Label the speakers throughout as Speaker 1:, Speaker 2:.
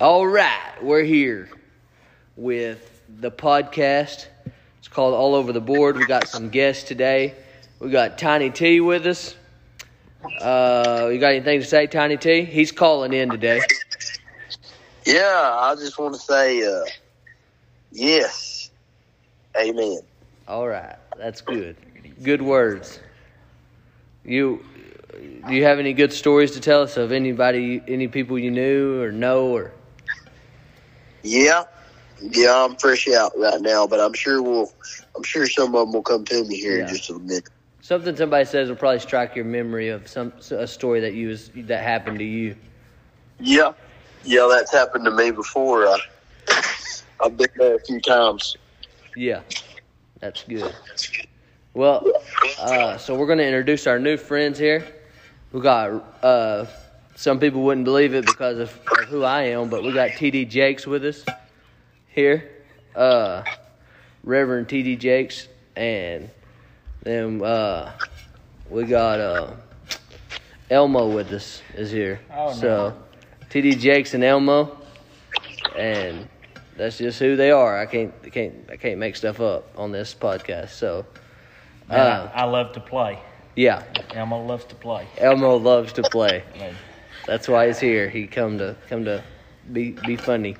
Speaker 1: All right, we're here with the podcast. It's called All Over the Board. We got some guests today. We got Tiny T with us. Uh, you got anything to say, Tiny T? He's calling in today.
Speaker 2: Yeah, I just want to say uh, yes. Amen.
Speaker 1: All right, that's good. Good words. You, do you have any good stories to tell us of anybody, any people you knew or know or?
Speaker 2: Yeah. Yeah, I'm fresh out right now, but I'm sure we'll I'm sure some of them will come to me here
Speaker 1: Yeah.
Speaker 2: in just a minute.
Speaker 1: Something somebody says will probably strike your memory of some a story that you was, that happened to you.
Speaker 2: Yeah. Yeah, that's happened to me before. I I've been there a few times.
Speaker 1: Yeah, that's good. Well, uh, so we're gonna introduce our new friends here. We got uh, some people wouldn't believe it because of, of who I am, but we got TD Jakes with us here, uh, Reverend TD Jakes, and then uh, we got uh, Elmo with us is here.
Speaker 3: Oh, no.
Speaker 1: So TD Jakes and Elmo, and that's just who they are. I can't I can't I can't make stuff up on this podcast. So
Speaker 3: Man,
Speaker 1: uh,
Speaker 3: I, I love to play.
Speaker 1: yeah,
Speaker 3: Elmo loves to play.
Speaker 1: Elmo loves to play.
Speaker 3: Man,
Speaker 1: That's why he's here. He come to come to be be funny.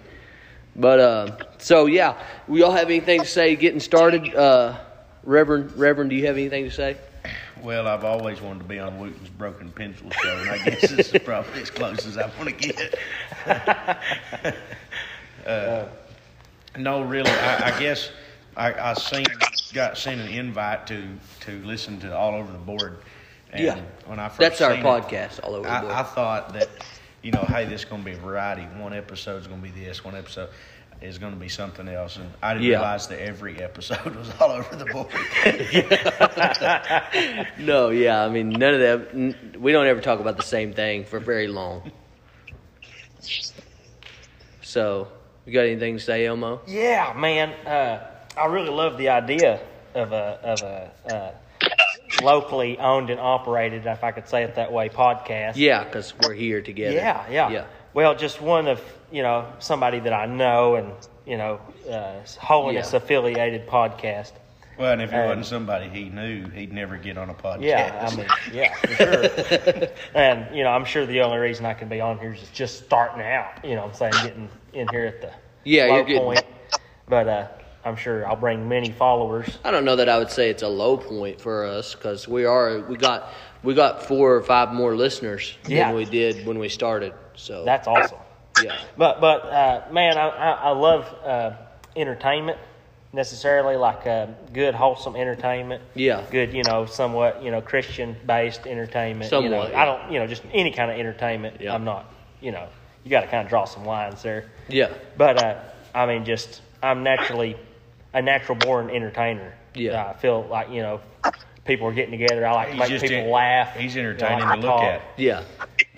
Speaker 1: But uh, so yeah, we all have anything to say getting started? Uh, Reverend Reverend, do you have anything to say?
Speaker 4: Well, I've always wanted to be on Wooten's Broken Pencil Show, and I guess this is probably as close as I want to get. Uh, no, really, I, I guess I, I seen got sent an invite to to listen to All Over the Board. And
Speaker 1: Yeah.
Speaker 4: when I first
Speaker 1: That's our
Speaker 4: seen it,
Speaker 1: podcast all over the board.
Speaker 4: I, I thought that, you know, hey, this is going to be variety. One episode's going to be this. One episode is going to be something else. And I didn't
Speaker 1: Yeah.
Speaker 4: realize that every episode was all over the board.
Speaker 1: no, yeah, I mean none of that. N- we don't ever talk about the same thing for very long. So, you got anything to say, Elmo?
Speaker 3: yeah, man. Uh, I really love the idea of a of a uh, locally owned and operated, if I could say it that way, podcast.
Speaker 1: Yeah, because we're here together.
Speaker 3: yeah, yeah.
Speaker 1: yeah.
Speaker 3: Well, just one of you know somebody that I know, and you know, uh, holiness
Speaker 1: Yeah.
Speaker 3: affiliated podcast.
Speaker 4: Well, and if it
Speaker 3: Um,
Speaker 4: wasn't somebody he knew, he'd never get on a podcast.
Speaker 3: Yeah, I mean, yeah, for sure. and you know, I'm sure the only reason I can be on here is just starting out. You know, what I'm saying getting in here at the
Speaker 1: Yeah,
Speaker 3: low
Speaker 1: you're getting-
Speaker 3: point. But uh, I'm sure I'll bring many followers.
Speaker 1: I don't know that I would say it's a low point for us because we are we got we got four or five more listeners
Speaker 3: Yeah.
Speaker 1: than we did when we started. So
Speaker 3: That's awesome.
Speaker 1: yeah,
Speaker 3: But but uh, man, I I, I love uh, entertainment necessarily like uh, good wholesome entertainment.
Speaker 1: Yeah.
Speaker 3: Good, you know, somewhat you know Christian based entertainment. you know.
Speaker 1: Somewhat,
Speaker 3: I
Speaker 1: yeah.
Speaker 3: don't you know just any kind of entertainment.
Speaker 1: Yeah.
Speaker 3: I'm not you know you got to kind of draw some lines there.
Speaker 1: yeah,
Speaker 3: But uh, I mean, just I'm naturally a natural born entertainer.
Speaker 1: Yeah.
Speaker 3: I feel like you know people are getting together. I like to
Speaker 4: He's
Speaker 3: make
Speaker 4: just
Speaker 3: people
Speaker 4: en-
Speaker 3: laugh.
Speaker 4: he's
Speaker 3: you know, I
Speaker 4: entertaining
Speaker 3: like
Speaker 4: to look
Speaker 3: talk.
Speaker 4: at.
Speaker 1: yeah.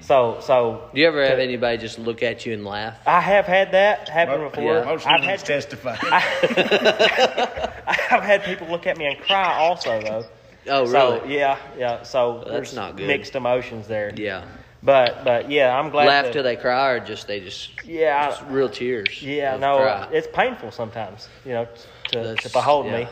Speaker 3: So so
Speaker 1: Do you ever have anybody just look at you and laugh?
Speaker 3: I have had that happen
Speaker 4: Mo-
Speaker 3: before.
Speaker 4: Most
Speaker 3: I've
Speaker 4: of them
Speaker 3: had
Speaker 4: testify.
Speaker 3: I've had people look at me and cry also though.
Speaker 1: Oh,
Speaker 3: So
Speaker 1: really?
Speaker 3: yeah, yeah. So there's
Speaker 1: not good.
Speaker 3: Mixed emotions there.
Speaker 1: Yeah.
Speaker 3: But but yeah, I'm glad.
Speaker 1: Laugh
Speaker 3: that-
Speaker 1: till they cry, or just they just
Speaker 3: Yeah. I-
Speaker 1: just real tears.
Speaker 3: Yeah,
Speaker 1: of
Speaker 3: no,
Speaker 1: cry.
Speaker 3: it's painful sometimes, you know, t- to, to
Speaker 1: That's-
Speaker 3: behold
Speaker 1: yeah.
Speaker 3: me.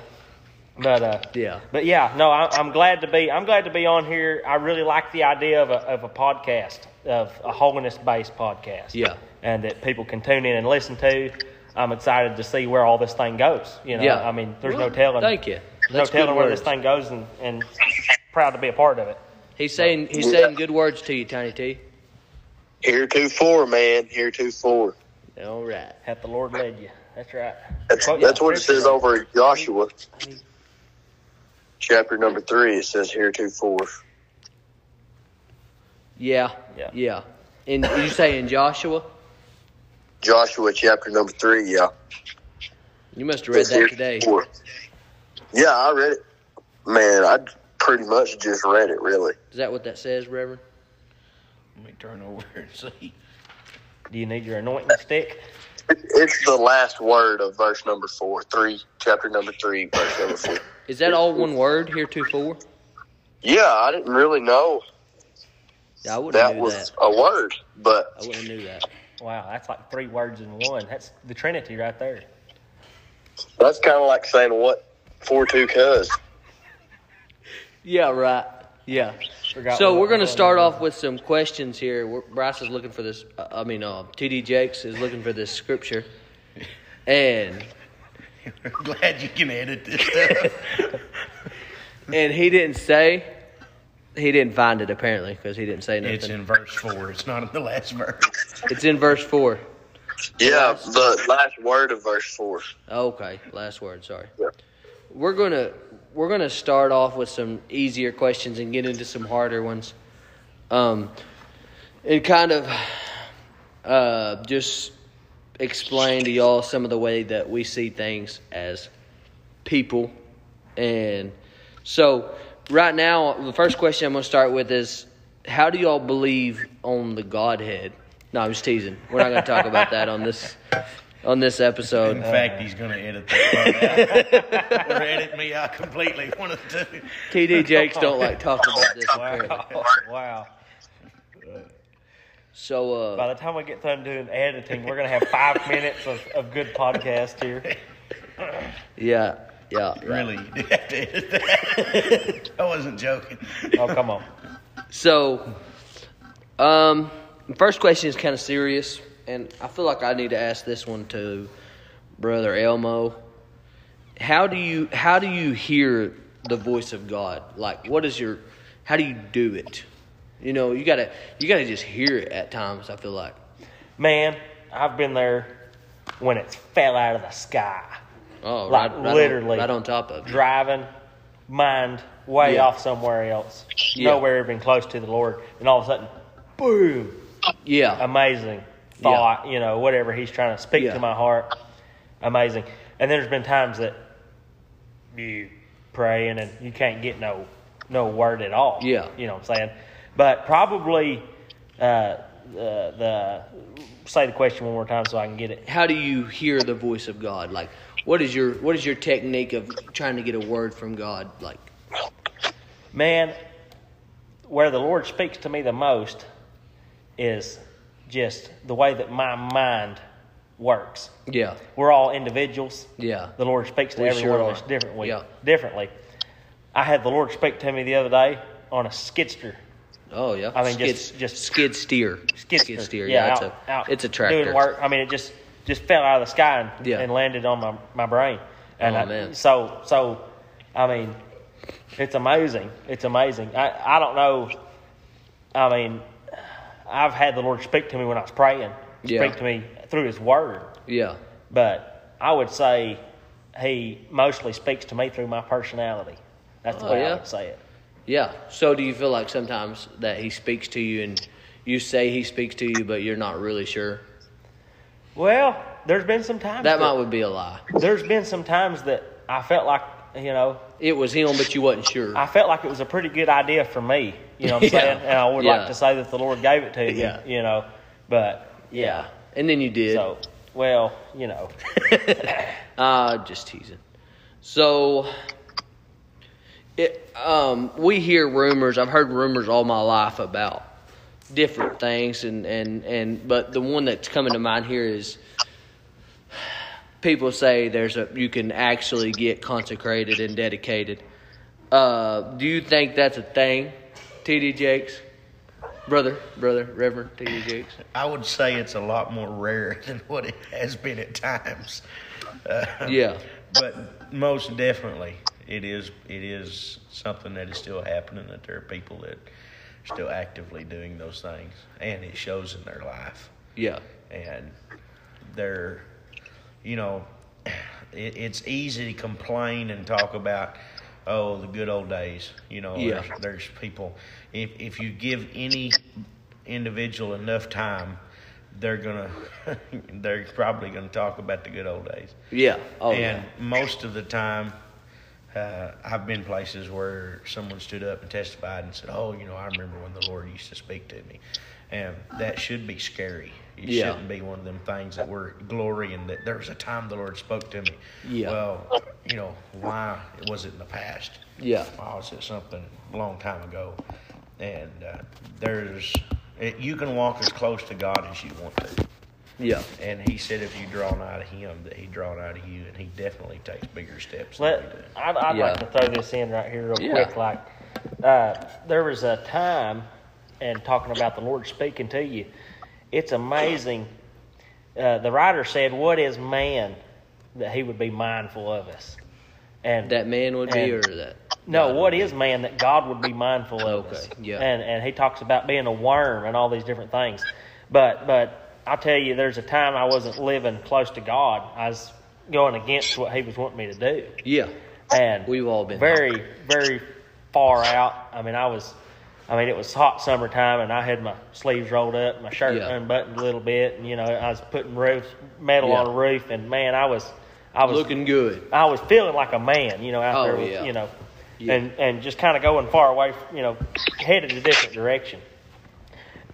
Speaker 3: But uh,
Speaker 1: Yeah.
Speaker 3: but yeah, no, I, I'm glad to be. I'm glad to be on here. I really like the idea of a of a podcast, of a holiness based podcast.
Speaker 1: Yeah.
Speaker 3: and that people can tune in and listen to. I'm excited to see where all this thing goes. You know,
Speaker 1: Yeah.
Speaker 3: uh, I mean, there's
Speaker 1: Well,
Speaker 3: no telling.
Speaker 1: thank you.
Speaker 3: No
Speaker 1: That's good
Speaker 3: telling where this
Speaker 1: words.
Speaker 3: thing goes, and, and proud to be a part of it.
Speaker 1: he's saying he's saying good words to you, Tiny T.
Speaker 2: Here two four, man. Here two four.
Speaker 1: All right.
Speaker 3: Hath the Lord led you. That's right.
Speaker 2: That's,
Speaker 3: Quote
Speaker 2: that's
Speaker 3: the
Speaker 2: what it
Speaker 3: scripture.
Speaker 2: says over in Joshua. Chapter number three, it says here two four.
Speaker 1: Yeah.
Speaker 3: Yeah.
Speaker 1: Yeah. And you saying Joshua?
Speaker 2: Joshua chapter number three, yeah.
Speaker 1: You must have read that today.
Speaker 2: Yeah, I read it. Man, I pretty much just read it, really.
Speaker 1: Is that what that says, Reverend?
Speaker 4: Let me turn over and see.
Speaker 3: Do you need your anointing stick?
Speaker 2: It's the last word of verse number four, three, chapter number three, verse number four.
Speaker 1: Is that all one word? Here, two, four.
Speaker 2: Yeah, I didn't really know
Speaker 1: Yeah, I wouldn't
Speaker 2: that
Speaker 1: have knew
Speaker 2: was
Speaker 1: that.
Speaker 2: a word, but
Speaker 1: I wouldn't have knew that.
Speaker 3: Wow, that's like three words in one. That's the Trinity right there.
Speaker 5: That's kind of like saying what for two cuz.
Speaker 1: Yeah, right. Yeah.
Speaker 3: Forgot
Speaker 1: so
Speaker 3: what-
Speaker 1: we're going to
Speaker 3: what-
Speaker 1: start off with some questions here. We're, Bryce is looking for this. Uh, I mean, uh, TD Jakes is looking for this scripture, and
Speaker 4: Glad you can edit this stuff.
Speaker 1: and he didn't say. He didn't find it apparently because he didn't say nothing.
Speaker 4: it's in verse four. It's not in the last verse.
Speaker 1: It's in verse four.
Speaker 2: Yeah, the last word of verse four.
Speaker 1: Oh, Okay, last word. Sorry. We're gonna we're gonna start off with some easier questions and get into some harder ones, um, and kind of uh, just explain to y'all some of the way that we see things as people, and so right now the first question I'm gonna start with is how do y'all believe on the Godhead? No, I'm just teasing. We're not gonna talk about that on this on this episode.
Speaker 4: In fact, he's going to edit that part out. or edit me out completely. One of the two.
Speaker 1: TD Jakes don't like talking about this. Apparently.
Speaker 3: Wow. wow.
Speaker 1: So, uh,
Speaker 3: By the time we get done doing editing, we're going to have five minutes of, of good podcast here.
Speaker 1: yeah, yeah.
Speaker 4: Really, you did have to edit that. I wasn't joking.
Speaker 3: Oh, come on.
Speaker 1: So, um, the first question is kind of serious, and I feel like I need to ask this one to Brother Elmo. How do you how do you hear the voice of God? Like, what is your how do you do it? You know, you gotta you gotta just hear it at times. I feel like.
Speaker 3: Man, I've been there when it's fell out of the sky.
Speaker 1: Oh,
Speaker 3: Like,
Speaker 1: right, right
Speaker 3: literally.
Speaker 1: on, right on top of. it.
Speaker 3: driving, mind way
Speaker 1: Yeah.
Speaker 3: off somewhere else,
Speaker 1: Yeah.
Speaker 3: nowhere even close to the Lord, and all of a sudden, boom,
Speaker 1: Yeah,
Speaker 3: amazing thought, you know, whatever He's trying to speak
Speaker 1: Yeah.
Speaker 3: to my heart, amazing. And then there's been times that you praying and you can't get no no word at all.
Speaker 1: Yeah.
Speaker 3: you know what I'm saying. But probably uh, the the say the question one more time so I can get it.
Speaker 1: how do you hear the voice of God? Like, what is your what is your technique of trying to get a word from God? Like,
Speaker 3: man, where the Lord speaks to me the most is just the way that my mind works.
Speaker 1: yeah,
Speaker 3: We're all individuals.
Speaker 1: Yeah.
Speaker 3: The Lord speaks to
Speaker 1: We
Speaker 3: every
Speaker 1: sure
Speaker 3: one of us
Speaker 1: are.
Speaker 3: differently.
Speaker 1: Yeah.
Speaker 3: Differently. I had the Lord speak to me the other day on a skidster.
Speaker 1: oh yeah.
Speaker 3: I mean, just-
Speaker 1: skid,
Speaker 3: just-
Speaker 1: skid steer,
Speaker 3: Skidster.
Speaker 1: skid steer. Yeah, it's
Speaker 3: out-
Speaker 1: a
Speaker 3: out
Speaker 1: it's a tractor.
Speaker 3: Doing work. I mean, it just just fell out of the sky and,
Speaker 1: Yeah.
Speaker 3: and landed on my, my brain. And
Speaker 1: Oh,
Speaker 3: I,
Speaker 1: man.
Speaker 3: So so, I mean, it's amazing. It's amazing. I I don't know. I mean, I've had the Lord speak to me when I was praying.
Speaker 1: Yeah.
Speaker 3: Speak to me through His Word,
Speaker 1: Yeah,
Speaker 3: but I would say He mostly speaks to me through my personality. That's the
Speaker 1: Oh,
Speaker 3: way
Speaker 1: yeah?
Speaker 3: I would say it.
Speaker 1: yeah. So, do you feel like sometimes that He speaks to you and you say He speaks to you, but you're not really sure?
Speaker 3: Well, there's been some times
Speaker 1: That might would be a lie.
Speaker 3: there's been some times that I felt like you know
Speaker 1: It was Him, but you wasn't sure.
Speaker 3: I felt like it was a pretty good idea for me. You know what I'm
Speaker 1: Yeah.
Speaker 3: saying? And I would
Speaker 1: Yeah.
Speaker 3: like to say that the Lord gave it to me,
Speaker 1: Yeah.
Speaker 3: you know. But yeah.
Speaker 1: and then you did.
Speaker 3: So well, you know.
Speaker 1: Uh, just teasing. So, it, um, we hear rumors. I've heard rumors all my life about different things, and, and, and but the one that's coming to mind here is people say there's a you can actually get consecrated and dedicated. Uh, do you think that's a thing, TD Jakes, brother, brother, Reverend TD Jakes?
Speaker 4: I would say it's a lot more rare than what it has been at times. Uh,
Speaker 1: Yeah,
Speaker 4: But most definitely, it is it is something that is still happening. That there are people that are still actively doing those things, and it shows in their life.
Speaker 1: yeah,
Speaker 4: and they're you know it, it's easy to complain and talk about oh the good old days you know
Speaker 1: Yeah.
Speaker 4: there's, there's people if if you give any individual enough time they're gonna they're probably gonna talk about the good old days
Speaker 1: yeah. Oh,
Speaker 4: and
Speaker 1: yeah.
Speaker 4: most of the time, uh, I've been places where someone stood up and testified and said, "Oh, you know, I remember when the Lord used to speak to me," and that should be scary. It
Speaker 1: Yeah.
Speaker 4: shouldn't be one of them things that we're glorying that there was a time the Lord spoke to me.
Speaker 1: Yeah.
Speaker 4: Well, you know, why was it in the past?
Speaker 1: Yeah.
Speaker 4: Why was it something a long time ago? And uh, there's, it, you can walk as close to God as you want to.
Speaker 1: Yeah.
Speaker 4: And he said if you draw nigh to him, that he draw nigh to you, and he definitely takes bigger steps.
Speaker 3: Let,
Speaker 4: than we do.
Speaker 3: I'd, I'd like
Speaker 1: Yeah.
Speaker 3: to throw this in right here real
Speaker 1: Yeah.
Speaker 3: quick. Like, uh, there was a time, and talking about the Lord speaking to you, it's amazing. Uh, the writer said, "What is man that he would be mindful of us?" And
Speaker 1: That man would be
Speaker 3: And-
Speaker 1: or that.
Speaker 3: no, what is man that God would be mindful of
Speaker 1: Okay,
Speaker 3: us?
Speaker 1: yeah.
Speaker 3: And and he talks about being a worm and all these different things. But but I'll tell you there's a time I wasn't living close to God. I was going against what he was wanting me to do.
Speaker 1: Yeah.
Speaker 3: And
Speaker 1: We've all been
Speaker 3: very, very far out. I mean I was I mean it was hot summertime and I had my sleeves rolled up, my shirt
Speaker 1: Yeah.
Speaker 3: unbuttoned a little bit and you know, I was putting roof metal
Speaker 1: Yeah.
Speaker 3: on a roof and man I was I was
Speaker 1: Looking good.
Speaker 3: I was feeling like a man, you know, out
Speaker 1: Oh,
Speaker 3: there, with,
Speaker 1: yeah.
Speaker 3: you know,
Speaker 1: Yeah.
Speaker 3: and and just kind of going far away, you know, headed a different direction.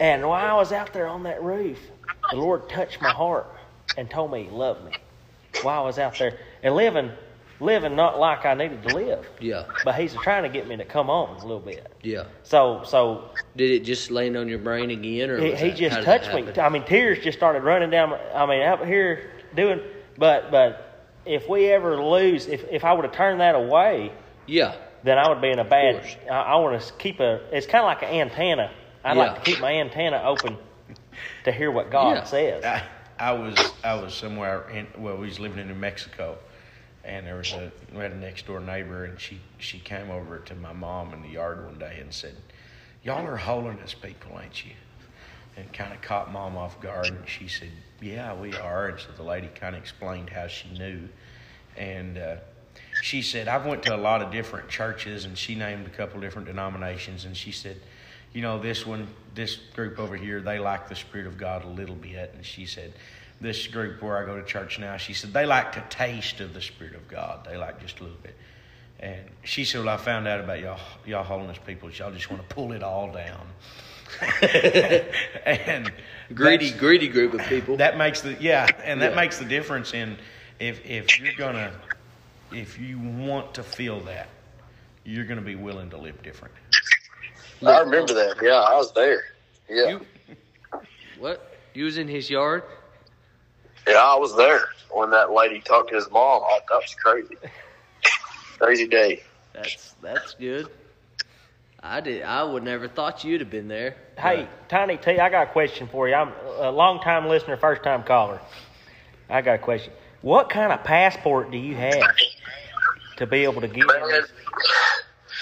Speaker 3: And while I was out there on that roof, the Lord touched my heart and told me He loved me. While I was out there and living, living not like I needed to live,
Speaker 1: Yeah.
Speaker 3: but He's trying to get me to come on a little bit.
Speaker 1: Yeah.
Speaker 3: So so
Speaker 1: Did it just land on your brain again or
Speaker 3: he,
Speaker 1: was
Speaker 3: he
Speaker 1: that-
Speaker 3: just
Speaker 1: how did that
Speaker 3: touched me.
Speaker 1: happen?
Speaker 3: I mean, tears just started running down. my- I mean, out here doing, but but if we ever lose, if if I would have turned that away,
Speaker 1: Yeah.
Speaker 3: then I would be in a bad.
Speaker 1: course.
Speaker 3: I, I want to keep a. It's kind of like an antenna. I'd
Speaker 1: Yeah.
Speaker 3: like to keep my antenna open to hear what God
Speaker 1: Yeah.
Speaker 3: says.
Speaker 4: I, I was I was somewhere in well, we was living in New Mexico, and there was a we had a next door neighbor, and she she came over to my mom in the yard one day and said, "Y'all are holiness people, ain't you?" And kind of caught mom off guard, and she said, "Yeah, we are." And so the lady kind of explained how she knew, and. Uh, she said, I've went to a lot of different churches and she named a couple different denominations and she said, you know, this one, this group over here, they like the Spirit of God a little bit. And she said, this group where I go to church now, she said, they like to taste of the Spirit of God. They like just a little bit. And she said, well, I found out about y'all, y'all holiness people. Y'all just want to pull it all down. and
Speaker 1: Greedy,
Speaker 4: that's-
Speaker 1: greedy group of people.
Speaker 4: that makes the yeah, and that
Speaker 1: Yeah.
Speaker 4: makes the difference in if if you're gonna if you want to feel that, you're gonna be willing to live different.
Speaker 2: I remember that. Yeah, I was there. Yeah,
Speaker 1: You what? You was in his yard?
Speaker 2: yeah, I was there when that lady talked to his mom. I, that was crazy. crazy day.
Speaker 1: That's that's good. I did. I would never thought you'd have been there.
Speaker 3: Hey, Tiny T, I got a question for you. I'm a long time listener, first time caller. I got a question. What kind of passport do you have to be able to get? in
Speaker 2: Man,
Speaker 3: this?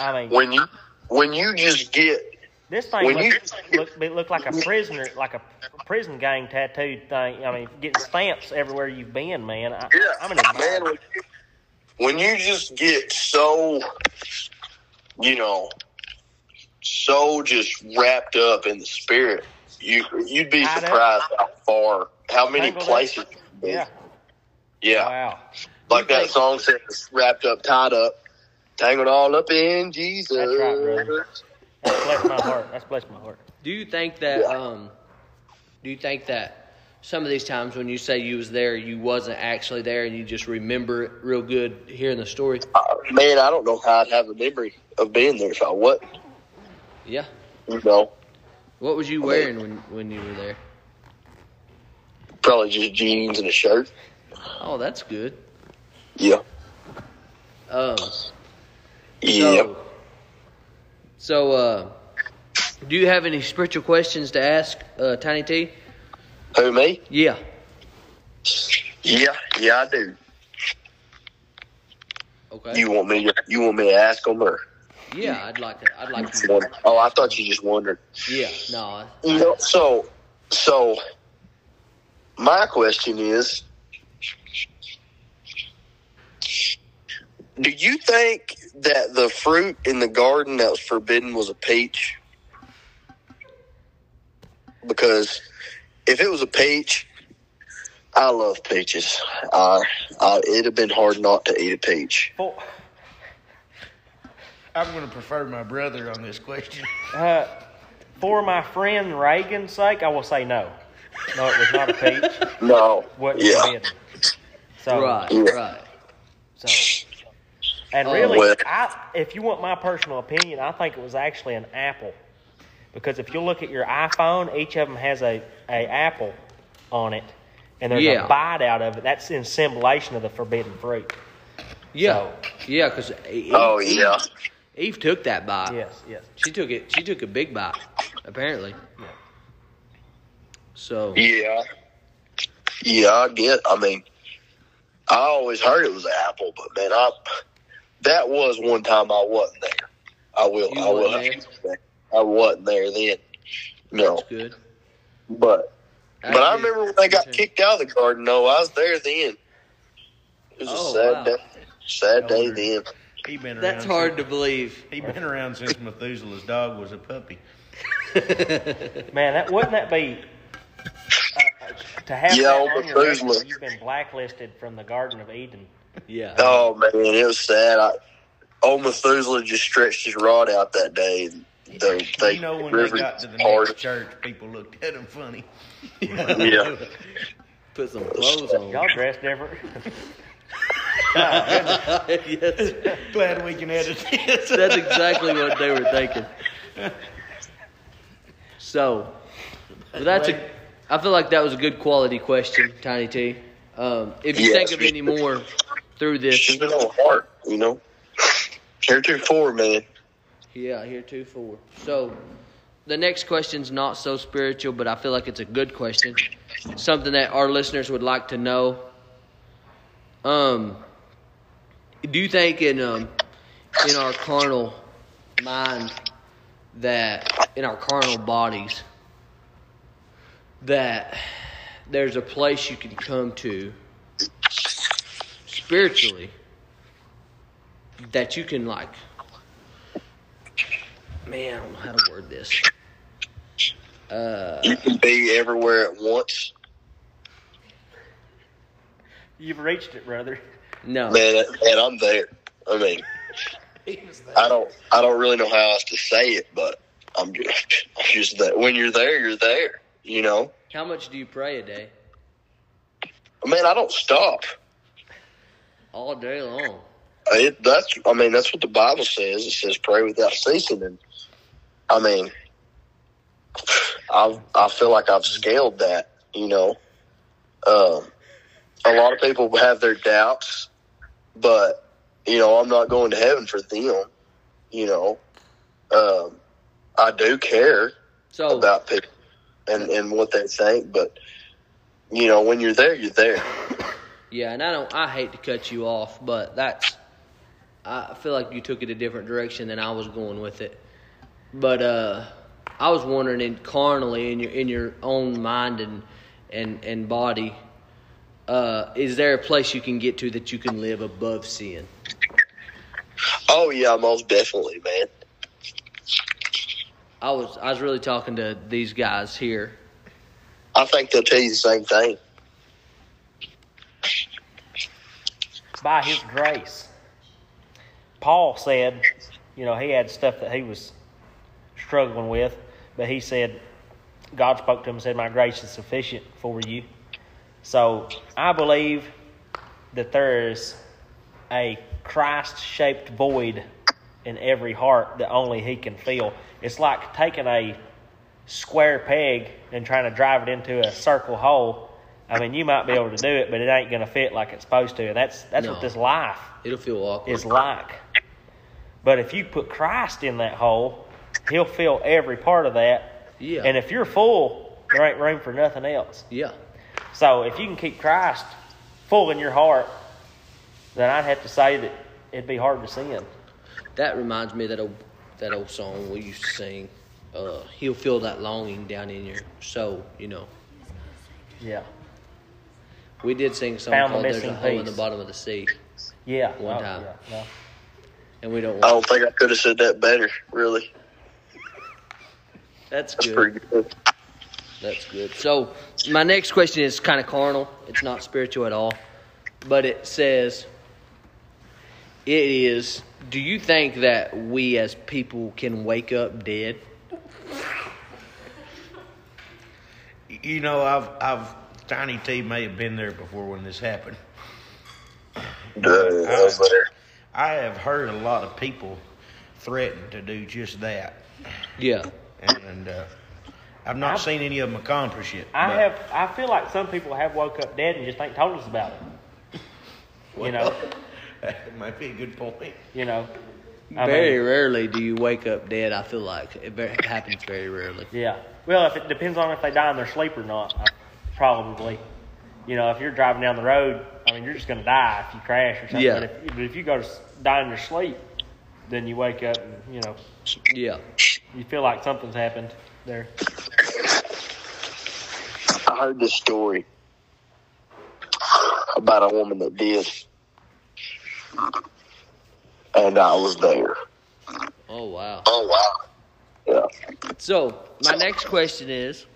Speaker 3: I mean,
Speaker 2: when you when you just get
Speaker 3: this thing
Speaker 2: when
Speaker 3: looks
Speaker 2: you-
Speaker 3: look, it looked like a prisoner, like a prison gang tattooed thing. I mean, getting stamps everywhere you've been, man. I,
Speaker 2: yeah,
Speaker 3: I'm an
Speaker 2: man, when you, when you just get so you know so just wrapped up in the spirit, you you'd be
Speaker 3: I know.
Speaker 2: surprised how far how many
Speaker 3: Tangled up.
Speaker 2: places. you've been.
Speaker 3: Yeah.
Speaker 2: yeah.
Speaker 3: Wow.
Speaker 2: Like
Speaker 1: You
Speaker 2: that
Speaker 1: think-
Speaker 2: song says, wrapped up, tied up, tangled all up in Jesus.
Speaker 3: That's right, brother. That's blessed my heart. That's blessed my heart.
Speaker 1: Do you think that? Um, do you think that some of these times when you say you was there, you wasn't actually there, and you just remember it real good hearing the story?
Speaker 2: Uh, man, I don't know how I'd have a memory of being there if I wasn't,
Speaker 1: Yeah.
Speaker 2: you know,
Speaker 1: What was you wearing when when you were there?
Speaker 2: probably just jeans and a shirt.
Speaker 1: Oh, that's good.
Speaker 2: Yeah.
Speaker 1: Um,
Speaker 2: Yeah.
Speaker 1: so, so uh, do you have any spiritual questions to ask uh, Tiny T?
Speaker 2: Who, me?
Speaker 1: Yeah.
Speaker 2: Yeah, yeah, I do.
Speaker 1: Okay.
Speaker 2: You want me to, you want me to ask them or?
Speaker 1: yeah, I'd like to. I'd like
Speaker 2: you
Speaker 1: to.
Speaker 2: want- Oh, I thought you just wondered.
Speaker 1: Yeah. No. I-
Speaker 2: You know, so, so, my question is, do you think that the fruit in the garden that was forbidden was a peach? Because if it was a peach, I love peaches. I, I, it'd have been hard not to eat a peach.
Speaker 3: For,
Speaker 4: I'm gonna prefer my brother on this question.
Speaker 3: uh, for my friend Reagan's sake, I will say no. No, it was not a peach.
Speaker 2: No.
Speaker 3: What
Speaker 2: yeah.
Speaker 3: forbidden. So,
Speaker 1: Right.
Speaker 2: Yeah.
Speaker 1: Right.
Speaker 3: so. And
Speaker 1: Oh,
Speaker 3: really,
Speaker 2: well.
Speaker 3: I, if you want my personal opinion, I think it was actually an apple. Because if you look at your iPhone, each of them has a, a apple on it. and there's
Speaker 1: Yeah.
Speaker 3: a bite out of it. That's in symbolization of the forbidden fruit.
Speaker 1: Yeah, yeah, because Eve,
Speaker 5: Oh yeah.
Speaker 1: Eve took that bite.
Speaker 3: Yes, yes.
Speaker 1: She took it. She took a big bite, apparently. So
Speaker 5: Yeah.
Speaker 2: Yeah, I get. I mean, I always heard it was an apple, but man, I that was one time I wasn't there. I will.
Speaker 1: You
Speaker 2: I will.
Speaker 1: wasn't
Speaker 2: have to say, I wasn't there then. No,
Speaker 1: that's good.
Speaker 2: but but I
Speaker 1: That's good.
Speaker 2: remember when they got kicked out of the garden. though. I was there then. It was
Speaker 1: Oh,
Speaker 2: a sad
Speaker 1: wow.
Speaker 2: day. Sad day
Speaker 4: Elder.
Speaker 2: then.
Speaker 4: He been around
Speaker 1: That's hard to believe.
Speaker 4: He's been around since Methuselah's dog was a puppy.
Speaker 3: Man, that wouldn't that be uh, to have
Speaker 2: Yeah,
Speaker 3: that
Speaker 2: over
Speaker 3: on your record
Speaker 2: Kuzma.
Speaker 3: where you've been blacklisted from the Garden of Eden?
Speaker 1: Yeah.
Speaker 2: Oh man, it was sad. I, old Methuselah just stretched his rod out that day. And the, they,
Speaker 4: you know, when
Speaker 2: river
Speaker 4: they got to the
Speaker 2: parted.
Speaker 4: next church, people looked at him funny.
Speaker 2: Yeah.
Speaker 1: Put some clothes on.
Speaker 3: Y'all dressed different.
Speaker 1: yes.
Speaker 4: Glad we can edit this.
Speaker 1: That's exactly what they were thinking. So, well, that's a. I feel like that was a good quality question, Tiny T. Um, if you
Speaker 2: Yes.
Speaker 1: think of any more through this,
Speaker 2: She's been on heart, you know. Heretofore, man.
Speaker 1: yeah, here two four. So, the next question's not so spiritual, but I feel like it's a good question, something that our listeners would like to know. Um, do you think in um in our carnal mind that in our carnal bodies that there's a place you can come to spiritually that you can like man I don't know how to word this Uh,
Speaker 2: You can be everywhere at once.
Speaker 3: You've reached it, brother.
Speaker 1: no
Speaker 2: Man, and I'm there. I mean, I don't I don't really know how else to say it, but I'm just, I'm just that when you're there, you're there, you know.
Speaker 1: how much do you pray a day
Speaker 2: Man, I don't stop.
Speaker 1: all day long
Speaker 2: It, that's I mean, that's what the Bible says. It says pray without ceasing and I mean I I feel like I've scaled that, you know. Um a lot of people have their doubts, but you know, I'm not going to heaven for them, you know. Um I do care
Speaker 1: so
Speaker 2: about people and, and what they think, but you know, when you're there, you're there.
Speaker 1: Yeah, and I don't. I hate to cut you off, but that's. I feel like you took it a different direction than I was going with it. But uh, I was wondering, in carnally, in your in your own mind and and and body, uh, is there a place you can get to that you can live above sin?
Speaker 2: Oh yeah, most definitely, man.
Speaker 1: I was I was really talking to these guys here.
Speaker 2: I think they'll tell you the same thing.
Speaker 3: By His grace, Paul said, you know, he had stuff that he was struggling with, but he said, God spoke to him and said, "My grace is sufficient for you." So I believe that there is a Christ-shaped void in every heart that only He can fill. It's like taking a square peg and trying to drive it into a circle hole. I mean, you might be able to do it, but it ain't going to fit like it's supposed to. And that's that's
Speaker 1: No.
Speaker 3: what this life
Speaker 1: It'll feel awkward.
Speaker 3: is like. But if you put Christ in that hole, He'll fill every part of that.
Speaker 1: Yeah.
Speaker 3: And if you're full, there ain't room for nothing else.
Speaker 1: yeah.
Speaker 3: So if you can keep Christ full in your heart, then I'd have to say that it'd be hard to sin.
Speaker 1: That reminds me of that old that old song we used to sing. Uh, he'll feel that longing down in your soul, you know.
Speaker 3: Yeah.
Speaker 1: We did sing a song
Speaker 3: Found the
Speaker 1: called "There's a
Speaker 3: Missing
Speaker 1: Hole in the
Speaker 3: Piece.
Speaker 1: Bottom of the Sea,"
Speaker 3: Yeah.
Speaker 1: One
Speaker 3: Oh,
Speaker 1: time.
Speaker 3: yeah, yeah.
Speaker 1: and we don't.
Speaker 2: I
Speaker 1: Want,
Speaker 2: don't think I could have said that better. Really,
Speaker 1: that's
Speaker 2: that's
Speaker 1: good.
Speaker 2: pretty good.
Speaker 1: That's good. So my next question is kind of carnal. It's not spiritual at all, but it says, "It is." Do you think that we as people can wake up dead?
Speaker 4: You know, I've, I've, Tiny T may have been there before when this happened.
Speaker 2: Dude, I was there.
Speaker 4: I have heard a lot of people threaten to do just that.
Speaker 1: Yeah.
Speaker 4: And uh, I've not
Speaker 3: I've-
Speaker 4: seen any of them accomplish it.
Speaker 3: I
Speaker 4: but
Speaker 3: have. I feel like some people have woke up dead and just ain't told us about it. You know.
Speaker 4: That might be a good point.
Speaker 3: You know. I
Speaker 1: Very
Speaker 3: mean,
Speaker 1: rarely do you wake up dead. I feel like it ver- happens very rarely.
Speaker 3: yeah. Well, if it depends on if they die in their sleep or not, I- probably. You know, if you're driving down the road, I mean, you're just gonna die if you crash or something.
Speaker 1: Yeah.
Speaker 3: But if, but if you go to s- die in your sleep, then you wake up and you know
Speaker 1: Yeah,
Speaker 3: you feel like something's happened there.
Speaker 2: I heard this story about a woman that did, and I was there.
Speaker 1: Oh wow.
Speaker 2: Oh wow! Yeah,
Speaker 1: So my next question is,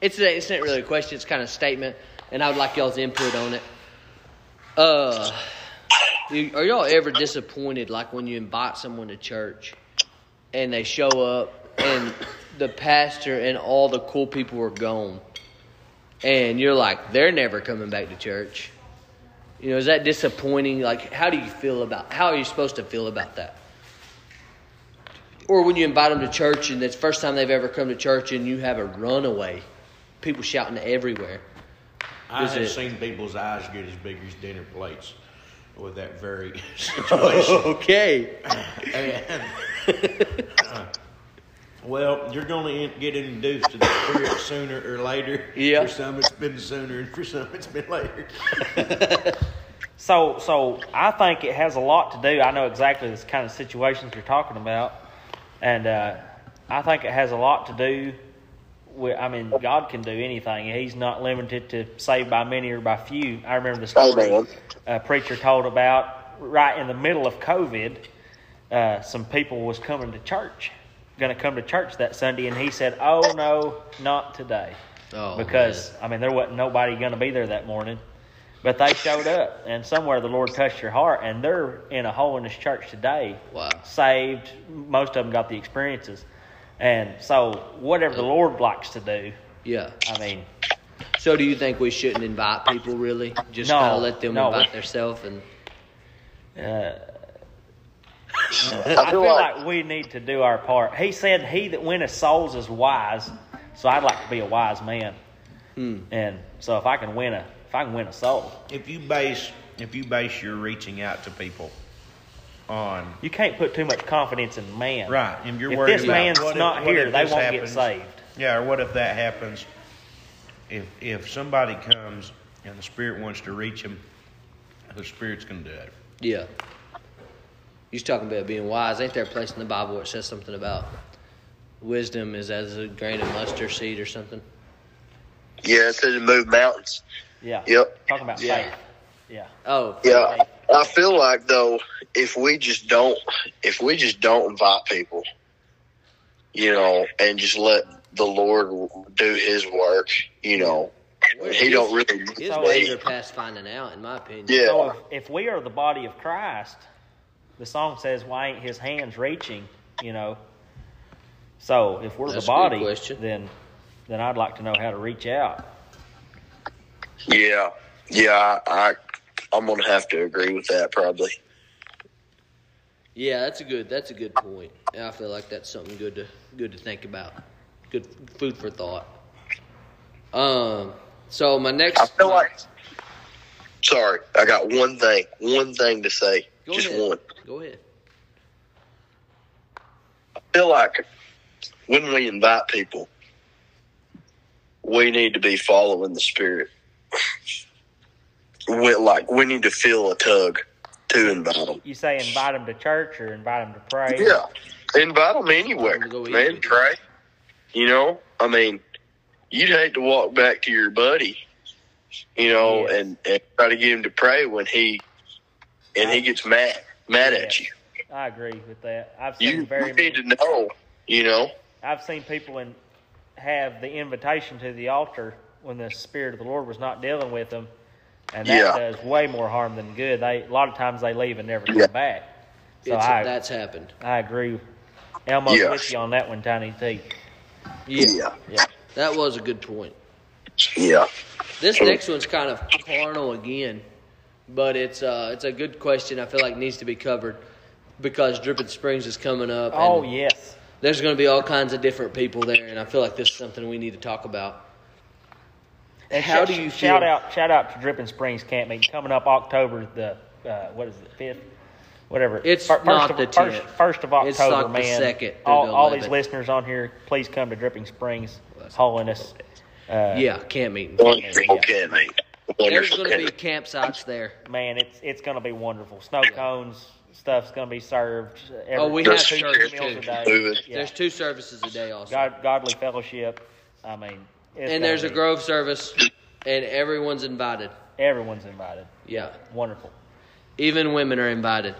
Speaker 1: it's a, it's not really a question. It's kind of a statement, and I would like y'all's input on it. Uh, you- are y'all ever disappointed, like when you invite someone to church, and they show up, and the pastor and all the cool people are gone, and you're like, they're never coming back to church. You know, is that disappointing? Like, how do you feel about? How are you supposed to feel about that? or when you invite them to church and it's the first time they've ever come to church and you have a runaway, people shouting everywhere.
Speaker 4: I
Speaker 1: Is
Speaker 4: have
Speaker 1: it-
Speaker 4: seen people's eyes get as big as dinner plates with that very situation.
Speaker 1: Okay.
Speaker 4: And, uh, well, you're going to get introduced to the spirit sooner or later.
Speaker 1: Yeah.
Speaker 4: For some, it's been sooner, and for some, it's been later.
Speaker 3: So, so I think it has a lot to do. I know exactly this kind of situations you're talking about, and uh, I think it has a lot to do. With, I mean, God can do anything. He's not limited to saved by many or by few. I remember the story
Speaker 2: Amen.
Speaker 3: a preacher told about right in the middle of COVID. Uh, some people was coming to church, going to come to church that Sunday, and he said, "Oh no, not today."
Speaker 1: Oh,
Speaker 3: because I mean there wasn't nobody going to be there that morning, but they showed up, and somewhere the Lord touched their heart, and they're in a hole in this church today.
Speaker 1: Wow.
Speaker 3: Saved, most of them got the experiences, and so whatever the Lord likes to do,
Speaker 1: yeah.
Speaker 3: I mean,
Speaker 1: So do you think we shouldn't invite people really? Just
Speaker 3: No,
Speaker 1: kind of let them
Speaker 3: no.
Speaker 1: invite themselves and
Speaker 3: uh, I feel like we need to do our part. He said, "He that winneth souls is wise," so I'd like to be a wise man,
Speaker 1: Hmm.
Speaker 3: and so if I can win a, if I can win a soul,
Speaker 4: If you base if you base your reaching out to people on
Speaker 3: you can't put too much confidence in man.
Speaker 4: right, and you're
Speaker 3: if
Speaker 4: worried
Speaker 3: this
Speaker 4: about
Speaker 3: man's
Speaker 4: what if-
Speaker 3: not
Speaker 4: what
Speaker 3: here,
Speaker 4: if
Speaker 3: they
Speaker 4: this
Speaker 3: won't get
Speaker 4: happens?
Speaker 3: saved.
Speaker 4: Yeah, or what if that happens? If if somebody comes and the spirit wants to reach them, the spirit's going to do it.
Speaker 1: yeah. You're talking about being wise. Ain't there a place in the Bible where it says something about wisdom is as a grain of mustard seed or something?
Speaker 2: yeah. It said it moved mountains.
Speaker 3: Yeah.
Speaker 2: Yep.
Speaker 3: Talking about
Speaker 1: Yeah.
Speaker 3: faith. Yeah.
Speaker 1: Oh,
Speaker 2: Yeah, I feel like though, if we just don't, if we just don't invite people, you know, and just let the Lord do His work, you know, He don't really.
Speaker 1: his
Speaker 3: So-
Speaker 1: ways are past finding out, in my opinion.
Speaker 2: Yeah.
Speaker 3: So if, if we are the body of Christ, the song says, "Why ain't His hands reaching?" You know. So if we're
Speaker 1: That's a good
Speaker 3: the body,
Speaker 1: question.
Speaker 3: then then I'd like to know how to reach out.
Speaker 2: Yeah, yeah, I, I'm gonna have to agree with that probably.
Speaker 1: Yeah, that's a good that's a good point. And I feel like that's something good to good to think about. Good food for thought. Um so my next
Speaker 2: I feel like. Sorry, I got one thing, one thing to say,
Speaker 1: go
Speaker 2: just
Speaker 1: ahead.
Speaker 2: one.
Speaker 1: Go ahead.
Speaker 2: feel like when we invite people, we need to be following the spirit. We, like we need to feel a tug to invite them.
Speaker 3: You say invite them to church or invite them to pray.
Speaker 2: Yeah, invite them anywhere,
Speaker 1: Go easy.
Speaker 2: man. Pray. You know, I mean, you'd hate to walk back to your buddy, you know,
Speaker 3: Yes.
Speaker 2: and, and try to get him to pray when he and he gets mad mad at you.
Speaker 3: I agree with that. I've seen
Speaker 2: You,
Speaker 3: very
Speaker 2: you
Speaker 3: many.
Speaker 2: need to know, you know.
Speaker 3: I've seen people in, have the invitation to the altar when the Spirit of the Lord was not dealing with them, and that
Speaker 2: Yeah.
Speaker 3: does way more harm than good. They a lot of times they leave and never come
Speaker 2: Yeah.
Speaker 3: back. So
Speaker 1: it's,
Speaker 3: I
Speaker 1: that's happened.
Speaker 3: I agree, Elmo's
Speaker 2: Yeah.
Speaker 3: with you on that one, Tiny T.
Speaker 1: Yeah,
Speaker 2: Yeah,
Speaker 1: That was a good point.
Speaker 2: yeah.
Speaker 1: This next one's kind of carnal again, but it's uh it's a good question I feel like needs to be covered because Dripping Springs is coming up.
Speaker 3: Oh
Speaker 1: and
Speaker 3: yes,
Speaker 1: there's going to be all kinds of different people there, and I feel like this is something we need to talk about.
Speaker 3: And
Speaker 1: How
Speaker 3: sh-
Speaker 1: do you
Speaker 3: sh- shout
Speaker 1: feel?
Speaker 3: out? Shout out to Dripping Springs Camp Meeting coming up October the uh, what is it fifth, whatever.
Speaker 1: It's
Speaker 3: Fir- first
Speaker 1: not
Speaker 3: of,
Speaker 1: the
Speaker 3: first,
Speaker 1: 10th.
Speaker 3: first of October,
Speaker 1: It's like the
Speaker 3: man.
Speaker 1: 2nd through
Speaker 3: all
Speaker 1: the
Speaker 3: all these
Speaker 1: 11th.
Speaker 3: listeners on here, please come to Dripping Springs,
Speaker 1: that's
Speaker 3: Holiness. Uh,
Speaker 1: Yeah, camp meeting.
Speaker 2: Wonderful camping.
Speaker 1: There's
Speaker 2: Wonderful
Speaker 1: going to be
Speaker 2: camping.
Speaker 1: campsites there.
Speaker 3: man, it's it's gonna be wonderful. Snow cones stuff's gonna be served. Every,
Speaker 1: Oh, we
Speaker 2: have
Speaker 3: two,
Speaker 2: church,
Speaker 3: three meals
Speaker 1: too.
Speaker 3: a day.
Speaker 2: Food.
Speaker 3: Yeah.
Speaker 1: There's two services a day also.
Speaker 3: God, godly fellowship. I mean, it's
Speaker 1: and there's a
Speaker 3: gonna be-
Speaker 1: grove service, and everyone's invited.
Speaker 3: Everyone's invited.
Speaker 1: Yeah,
Speaker 3: Wonderful.
Speaker 1: even women are invited.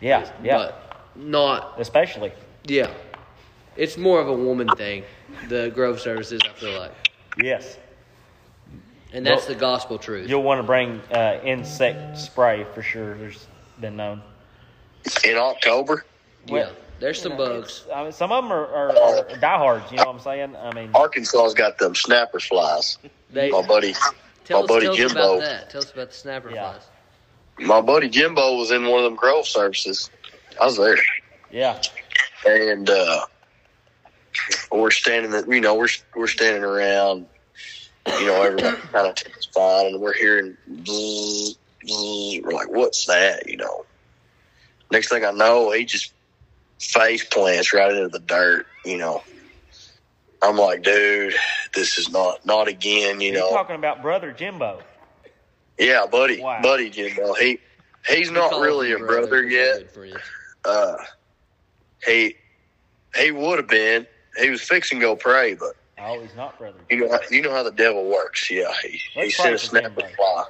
Speaker 3: Yeah, yeah.
Speaker 1: But not,
Speaker 3: Especially.
Speaker 1: yeah. It's more of a woman thing, the grove services, I feel like.
Speaker 3: Yes.
Speaker 1: And that's
Speaker 3: Well,
Speaker 1: the gospel truth.
Speaker 3: You'll want to bring uh, insect spray for sure. There's been known.
Speaker 2: In October,
Speaker 1: Yeah, there's some
Speaker 3: You know,
Speaker 1: bugs.
Speaker 3: it's- I mean, some of them are, are, are diehards. You know what I'm saying? I mean,
Speaker 2: Arkansas's got them snapper flies.
Speaker 1: They,
Speaker 2: My buddy,
Speaker 1: tell
Speaker 2: my
Speaker 1: us,
Speaker 2: buddy
Speaker 1: tell us
Speaker 2: Jimbo.
Speaker 1: about that. Tell us about the snapper
Speaker 3: Yeah.
Speaker 1: flies.
Speaker 2: my buddy Jimbo was in one of them grove services. I was there.
Speaker 3: yeah,
Speaker 2: and uh, we're standing. You know, we're we're standing around. You know, everyone kind of takes fine, and we're hearing. Bzz, bzz. We're like, "What's that?" You know. Next thing I know, he just face plants right into the dirt. You know. I'm like, dude, this is not not again. You
Speaker 3: you're
Speaker 2: know.
Speaker 3: talking about brother Jimbo.
Speaker 2: Yeah, buddy,
Speaker 3: Wow.
Speaker 2: buddy Jimbo. He he's
Speaker 1: We
Speaker 2: not
Speaker 1: call
Speaker 2: really a
Speaker 1: him
Speaker 2: brother
Speaker 1: We're
Speaker 2: yet
Speaker 1: good friends.
Speaker 2: uh, he he would have been. He was fixing to go pray, but
Speaker 3: Oh, he's not brother.
Speaker 2: you know how, you know how the devil works. Yeah, he, he
Speaker 3: Let's
Speaker 2: sent
Speaker 3: pray
Speaker 2: a
Speaker 3: for
Speaker 2: snapper
Speaker 3: Jimbo.
Speaker 2: fly.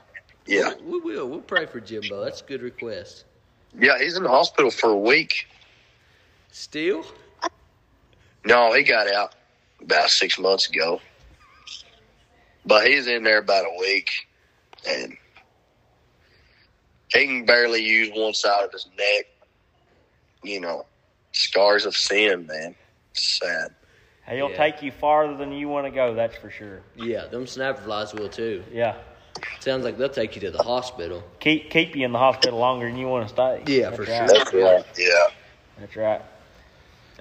Speaker 2: Yeah,
Speaker 1: We will. We'll pray for Jimbo. That's a good request.
Speaker 2: yeah, he's in the hospital for a week.
Speaker 1: Still?
Speaker 2: No, he got out about six months ago, but he's in there about a week, and he can barely use one side of his neck. You know, scars of sin, man. It's sad.
Speaker 3: Hey, He'll
Speaker 1: Yeah.
Speaker 3: take you farther than you want to go. That's for sure.
Speaker 1: Yeah, them snapper flies will too.
Speaker 3: Yeah,
Speaker 1: Sounds like they'll take you to the hospital.
Speaker 3: keep keep you in the hospital longer than you want to stay.
Speaker 1: Yeah,
Speaker 3: That's
Speaker 1: for
Speaker 3: right.
Speaker 1: sure.
Speaker 2: That's right. Yeah.
Speaker 3: That's right.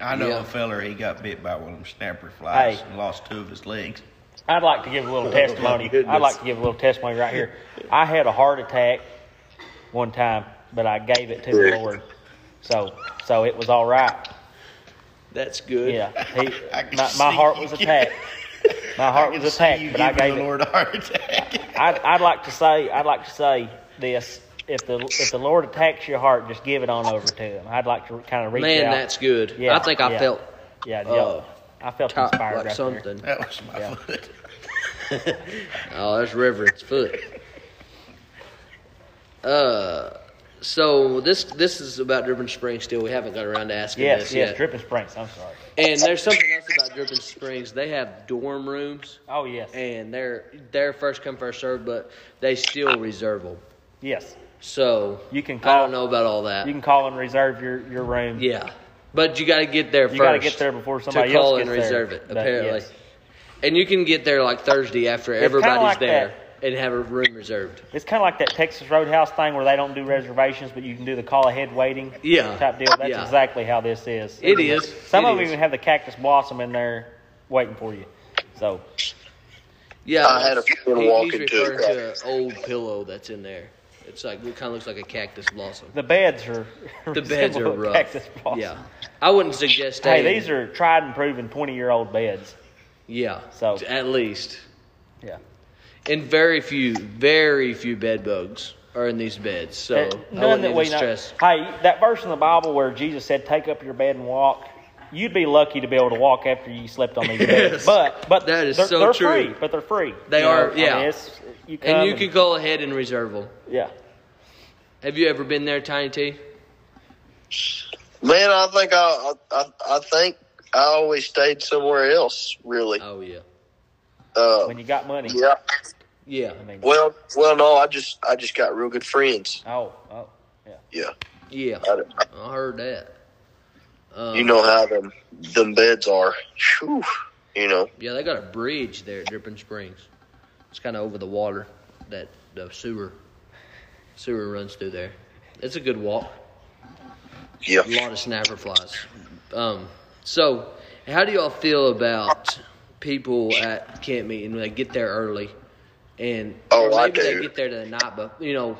Speaker 4: I know
Speaker 1: Yeah.
Speaker 4: a feller, he got bit by one of them snapper flies
Speaker 3: Hey.
Speaker 4: and lost two of his legs.
Speaker 3: I'd like to give a little testimony.
Speaker 1: Oh, goodness.
Speaker 3: I'd like to give a little testimony right here. I had a heart attack one time, but I gave it to the Lord, so so it was all right.
Speaker 1: That's good.
Speaker 3: Yeah, he,
Speaker 4: I can
Speaker 3: my, my
Speaker 4: see
Speaker 3: heart
Speaker 4: you
Speaker 3: was
Speaker 4: giving-
Speaker 3: attacked. My heart
Speaker 4: can
Speaker 3: was
Speaker 4: see
Speaker 3: attacked,
Speaker 4: you
Speaker 3: but I
Speaker 4: giving
Speaker 3: gave
Speaker 4: the
Speaker 3: it.
Speaker 4: Lord a heart attack.
Speaker 3: I'd, I'd like to say I'd like to say this: if the if the Lord attacks your heart, just give it on over to Him. I'd like to kind of reach
Speaker 1: Man,
Speaker 3: out.
Speaker 1: that's good.
Speaker 3: Yeah,
Speaker 1: I think I
Speaker 3: yeah.
Speaker 1: felt
Speaker 3: yeah, yeah.
Speaker 1: oh,
Speaker 3: I felt
Speaker 1: top, like
Speaker 3: inspired right there.
Speaker 1: something.
Speaker 4: that was my
Speaker 3: Yeah.
Speaker 4: foot.
Speaker 1: Oh, that's Reverend's foot. Uh, so this this is about Dripping Springs. Still, we haven't got around to asking
Speaker 3: Yes,
Speaker 1: this
Speaker 3: yes,
Speaker 1: yet.
Speaker 3: dripping springs. I'm sorry.
Speaker 1: and there's something else about Dripping Springs. They have dorm rooms,
Speaker 3: Oh yes,
Speaker 1: and they're they're first come first served, but they still reserve them.
Speaker 3: yes.
Speaker 1: So
Speaker 3: You can
Speaker 1: I
Speaker 3: call.
Speaker 1: don't know about all that.
Speaker 3: You can call and reserve your, your room.
Speaker 1: yeah, but you got to get there
Speaker 3: you
Speaker 1: first.
Speaker 3: got to get there before somebody
Speaker 1: to call
Speaker 3: else gets
Speaker 1: and reserve
Speaker 3: there.
Speaker 1: it.
Speaker 3: But,
Speaker 1: Apparently,
Speaker 3: yes.
Speaker 1: and you can get there like Thursday after
Speaker 3: kinda
Speaker 1: everybody's
Speaker 3: like
Speaker 1: there and have a room reserved.
Speaker 3: It's kind of like that Texas Roadhouse thing where they don't do reservations, but you can do the call ahead waiting
Speaker 1: Yeah.
Speaker 3: type deal. That's
Speaker 1: Yeah.
Speaker 3: exactly how this is.
Speaker 1: It is.
Speaker 3: Some
Speaker 1: It
Speaker 3: of them
Speaker 1: is.
Speaker 3: even have the cactus blossom in there waiting for you. So
Speaker 1: Yeah,
Speaker 2: I had a friend
Speaker 1: he-
Speaker 2: walk
Speaker 1: he's
Speaker 2: into a
Speaker 1: referring to an old pillow that's in there. It's like it kind of looks like a cactus blossom.
Speaker 3: the beds are
Speaker 1: The beds are
Speaker 3: resemble a
Speaker 1: rough.
Speaker 3: Cactus blossom.
Speaker 1: Yeah, I wouldn't suggest.
Speaker 3: Hey,
Speaker 1: Staying.
Speaker 3: these are tried and proven twenty year old beds.
Speaker 1: yeah.
Speaker 3: So-
Speaker 1: at least,
Speaker 3: Yeah.
Speaker 1: and very few, very few bed bugs are in these beds. So
Speaker 3: Uh,
Speaker 1: I
Speaker 3: none
Speaker 1: wouldn't
Speaker 3: that
Speaker 1: even
Speaker 3: we know.
Speaker 1: stress.
Speaker 3: Hey, that verse in the Bible where Jesus said, "Take up your bed and walk." You'd be lucky to be able to walk after you slept on these beds,
Speaker 1: Yes.
Speaker 3: but but
Speaker 1: That is
Speaker 3: they're,
Speaker 1: so
Speaker 3: they're
Speaker 1: true.
Speaker 3: free. But they're free.
Speaker 1: They
Speaker 3: You
Speaker 1: are,
Speaker 3: I
Speaker 1: yeah.
Speaker 3: mean, it's, you come
Speaker 1: And you could go ahead and reserve them.
Speaker 3: yeah.
Speaker 1: Have you ever been there, Tiny T?
Speaker 2: Man, I think I, I I think I always stayed somewhere else. Really,
Speaker 1: Oh yeah,
Speaker 2: uh,
Speaker 1: Oh.
Speaker 3: When you got money,
Speaker 2: yeah.
Speaker 1: yeah,
Speaker 3: I mean,
Speaker 2: Well, well, no, I just I just got real good friends.
Speaker 3: oh oh yeah.
Speaker 2: Yeah,
Speaker 1: yeah.
Speaker 2: I,
Speaker 1: I heard that. Um,
Speaker 2: you know how them them beds are. Whew, you know,
Speaker 1: Yeah, they got a bridge there at Dripping Springs. It's kind of over the water that the sewer sewer runs through there. It's a good walk.
Speaker 2: yeah,
Speaker 1: A lot of snapper flies. Um, so, how do y'all feel about people at camp meeting when they get there early, and
Speaker 2: Oh,
Speaker 1: or
Speaker 2: I
Speaker 1: maybe they
Speaker 2: do.
Speaker 1: get there the night, but you know,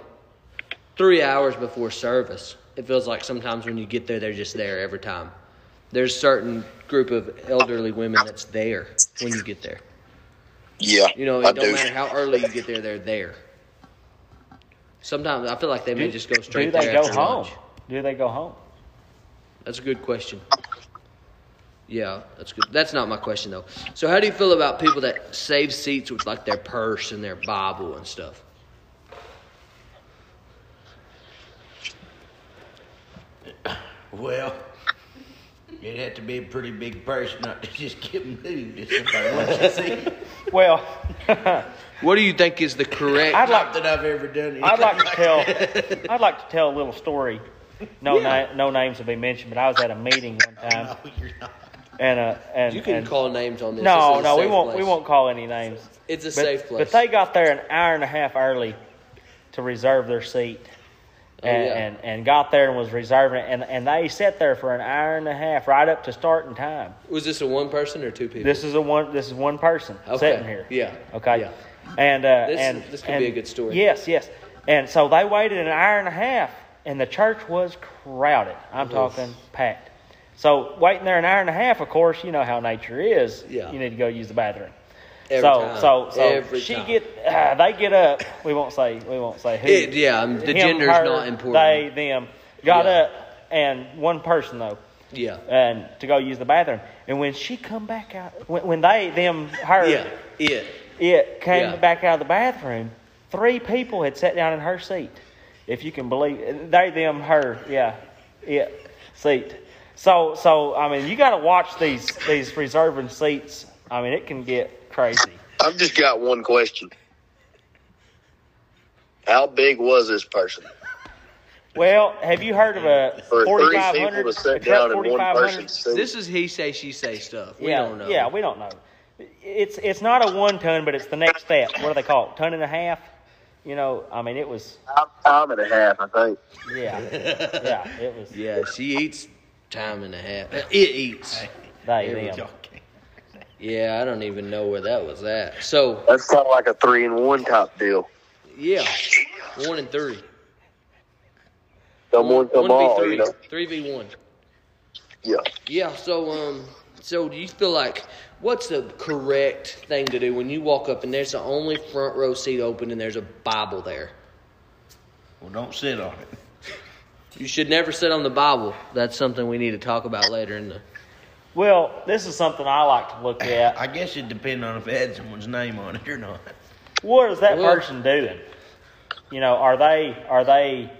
Speaker 1: three hours before service? It feels like sometimes when you get there, they're just there every time. There's a certain group of elderly women that's there when you get there.
Speaker 2: Yeah,
Speaker 1: You know, it
Speaker 2: I
Speaker 1: don't
Speaker 2: do.
Speaker 1: matter how early you get there, they're there. Sometimes I feel like they may just go straight
Speaker 3: Do they
Speaker 1: there
Speaker 3: go
Speaker 1: after
Speaker 3: home?
Speaker 1: lunch.
Speaker 3: Do they go home?
Speaker 1: That's a good question. Yeah, that's good. That's not my question though. So, how do you feel about people that save seats with like their purse and their Bible and stuff?
Speaker 4: Well, you'd have to be a pretty big person not to just get moved if somebody wants to see. it.
Speaker 3: Well,
Speaker 1: What do you think is the correct?
Speaker 3: I'd like
Speaker 4: Not that I've ever done anything.
Speaker 3: I'd like to
Speaker 4: like
Speaker 3: tell
Speaker 4: that.
Speaker 3: I'd like to tell a little story. No na- no names will be mentioned, but I was at a meeting one time
Speaker 4: No, you're not.
Speaker 3: and uh and
Speaker 1: you can
Speaker 3: and-
Speaker 1: call names on this. This
Speaker 3: No,
Speaker 1: is a
Speaker 3: no, we
Speaker 1: safe
Speaker 3: won't we
Speaker 1: place.
Speaker 3: won't call any names.
Speaker 1: It's a
Speaker 3: But,
Speaker 1: safe place.
Speaker 3: but they got there an hour and a half early to reserve their seat. And,
Speaker 1: Oh, yeah.
Speaker 3: and and got there and was reserving it and, and they sat there for an hour and a half right up to starting time.
Speaker 1: was this a one person or two people?
Speaker 3: This is a one this is one person
Speaker 1: Okay.
Speaker 3: sitting here.
Speaker 1: Yeah.
Speaker 3: Okay.
Speaker 1: Yeah.
Speaker 3: And uh,
Speaker 1: This-
Speaker 3: and
Speaker 1: this could
Speaker 3: and-
Speaker 1: be a good story.
Speaker 3: Yes, yes. And so they waited an hour and a half, and the church was crowded. I'm talking packed. So waiting there an hour and a half, of course, you know how nature is.
Speaker 1: Yeah.
Speaker 3: You need to go use the bathroom.
Speaker 1: Every
Speaker 3: so
Speaker 1: time.
Speaker 3: so so
Speaker 1: Every
Speaker 3: she
Speaker 1: time.
Speaker 3: get uh, they get up. We won't say we won't say who.
Speaker 1: It- yeah, um, the
Speaker 3: Him,
Speaker 1: gender's
Speaker 3: her,
Speaker 1: not important.
Speaker 3: They them got
Speaker 1: Yeah.
Speaker 3: up, and one person though
Speaker 1: yeah.
Speaker 3: and to go use the bathroom. And when she come back out, when, when they them her
Speaker 1: Yeah. It.
Speaker 3: it came
Speaker 1: Yeah.
Speaker 3: back out of the bathroom, three people had sat down in her seat. If you can believe they them her yeah it seat. So so I mean you got to watch these these reserving seats. I mean it can get crazy.
Speaker 2: I've just got one question. How big was this person?
Speaker 3: Well, have you heard of a
Speaker 2: For
Speaker 3: forty
Speaker 2: three
Speaker 3: five
Speaker 2: people
Speaker 3: hundred?
Speaker 2: to sit down in one person's seat.
Speaker 1: This is he say she say stuff. We
Speaker 3: yeah,
Speaker 1: don't know.
Speaker 3: Yeah, we don't know. It's it's not a one ton, but it's the next step. What do they call it? Ton and a half. You know, I mean, it was
Speaker 2: time, time and a half, I think.
Speaker 3: yeah, yeah, it was
Speaker 1: Yeah, she eats time and a half. Uh, It eats.
Speaker 3: they them.
Speaker 4: Okay.
Speaker 1: Yeah, I don't even know where that was at. So
Speaker 2: That's kind of like a three in one type deal.
Speaker 1: yeah, one and three.
Speaker 2: Someone come
Speaker 1: one v
Speaker 2: on,
Speaker 1: three,
Speaker 2: you know.
Speaker 1: three v one.
Speaker 2: Yeah.
Speaker 1: Yeah. So um, so do you feel like what's the correct thing to do when you walk up and there's the only front row seat open and there's a Bible there?
Speaker 4: Well, don't sit on it.
Speaker 1: You should never sit on the Bible. That's something we need to talk about later in the.
Speaker 3: Well, this is something I like to look at.
Speaker 4: I guess it depends on if it had someone's name on it or not.
Speaker 3: What is that
Speaker 1: Well-
Speaker 3: person doing? You know, are they are they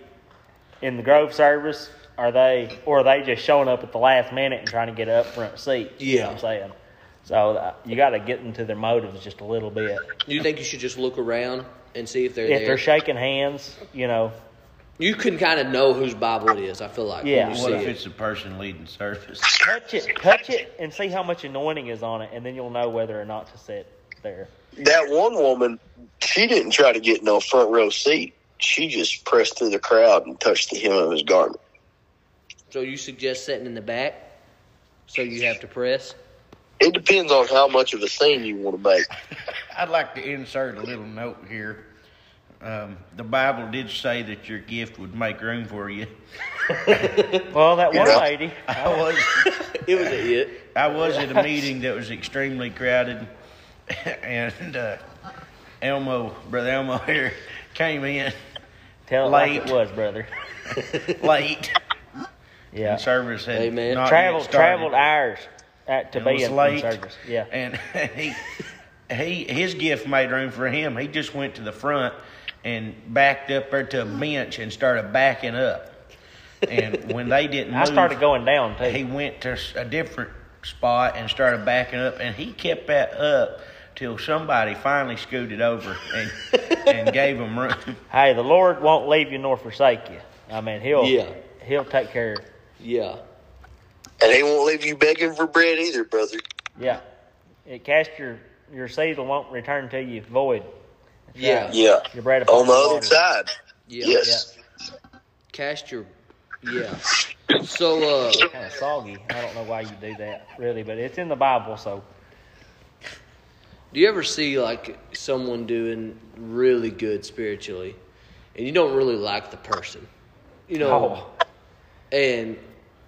Speaker 3: in the Grove service? Are they or are they just showing up at the last minute and trying to get up front seat? You know what
Speaker 1: Yeah.
Speaker 3: I'm saying. So uh, you got to get into their motives just a little bit.
Speaker 1: Do you think you should just look around and see if they're
Speaker 3: If
Speaker 1: there?
Speaker 3: they're shaking hands, you know,
Speaker 1: you can kind of know whose Bible it is. I feel like
Speaker 3: Yeah.
Speaker 1: when you
Speaker 4: What
Speaker 1: see
Speaker 4: if
Speaker 1: it.
Speaker 4: it's the person leading service?
Speaker 3: touch it, touch it, and see how much anointing is on it, and then you'll know whether or not to sit there.
Speaker 2: That one woman, she didn't try to get no front row seat. She just pressed through the crowd and touched the hem of his garment.
Speaker 1: So you suggest sitting in the back, so you have to press.
Speaker 2: It depends on how much of a scene you want to make.
Speaker 4: I'd like to insert a little note here. Um, the Bible did say that your gift would make room for you.
Speaker 3: Well, that one
Speaker 2: Yeah.
Speaker 3: lady,
Speaker 4: I was
Speaker 1: It was a it.
Speaker 4: I was at a meeting that was extremely crowded, and uh, Elmo, brother Elmo here, came in
Speaker 3: tell it like it
Speaker 4: Late.
Speaker 3: was, brother.
Speaker 4: late.
Speaker 3: Yeah,
Speaker 4: And service had
Speaker 1: Amen.
Speaker 4: not
Speaker 3: traveled
Speaker 4: yet started.
Speaker 3: traveled hours at, to
Speaker 4: It
Speaker 3: be
Speaker 4: was
Speaker 3: in, in
Speaker 4: late.
Speaker 3: service. Yeah,
Speaker 4: And he, he, his gift made room for him. He just went to the front and backed up there to a bench and started backing up. And when they didn't,
Speaker 3: I
Speaker 4: move,
Speaker 3: started going down too.
Speaker 4: He went to s- a different spot and started backing up, and he kept that up till somebody finally scooted over and and gave him room.
Speaker 3: hey, the Lord won't leave you nor forsake you. I mean, he'll
Speaker 1: Yeah.
Speaker 3: he'll take care. of
Speaker 1: Yeah.
Speaker 2: And they won't leave you begging for bread either, brother.
Speaker 3: Yeah, it cast your your seed won't return to you void.
Speaker 1: Yeah.
Speaker 2: Yeah.
Speaker 3: Your bread upon
Speaker 2: On the
Speaker 3: the water.
Speaker 2: other side.
Speaker 1: Yeah.
Speaker 2: Yes.
Speaker 1: Cast your. Yeah. So, uh,
Speaker 3: kind of soggy. I don't know why you do that, really, but it's in the Bible, so
Speaker 1: do you ever see like someone doing really good spiritually, and you don't really like the person, you know, and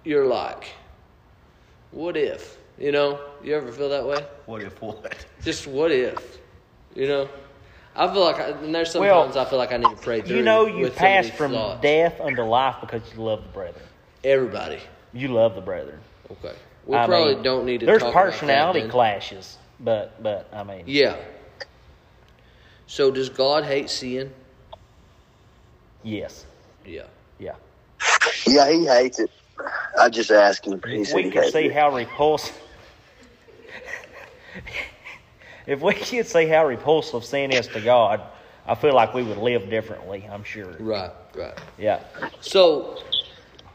Speaker 1: you're like, what if, you know? You ever feel that way?
Speaker 4: What if what?
Speaker 1: Just what if, you know? I feel like, I, and there's
Speaker 3: Well,
Speaker 1: sometimes I feel like I need to pray through.
Speaker 3: you know you
Speaker 1: with some of
Speaker 3: pass
Speaker 1: these
Speaker 3: from
Speaker 1: thoughts.
Speaker 3: death unto life because you love the brethren.
Speaker 1: Everybody.
Speaker 3: You love the brethren.
Speaker 1: Okay. We
Speaker 3: I
Speaker 1: probably
Speaker 3: mean,
Speaker 1: don't need to.
Speaker 3: There's
Speaker 1: talk about that
Speaker 3: personality
Speaker 1: then.
Speaker 3: clashes, but but I mean,
Speaker 1: Yeah. So does God hate sin?
Speaker 3: yes,
Speaker 1: Yeah.
Speaker 3: yeah.
Speaker 2: Yeah, he hates it. I just asked him. He said
Speaker 3: we
Speaker 2: he
Speaker 3: can
Speaker 2: hates
Speaker 3: see
Speaker 2: it.
Speaker 3: how repulsive. if we could see how repulsive sin is to God, I feel like we would live differently. I'm sure.
Speaker 1: Right. Right.
Speaker 3: Yeah.
Speaker 1: So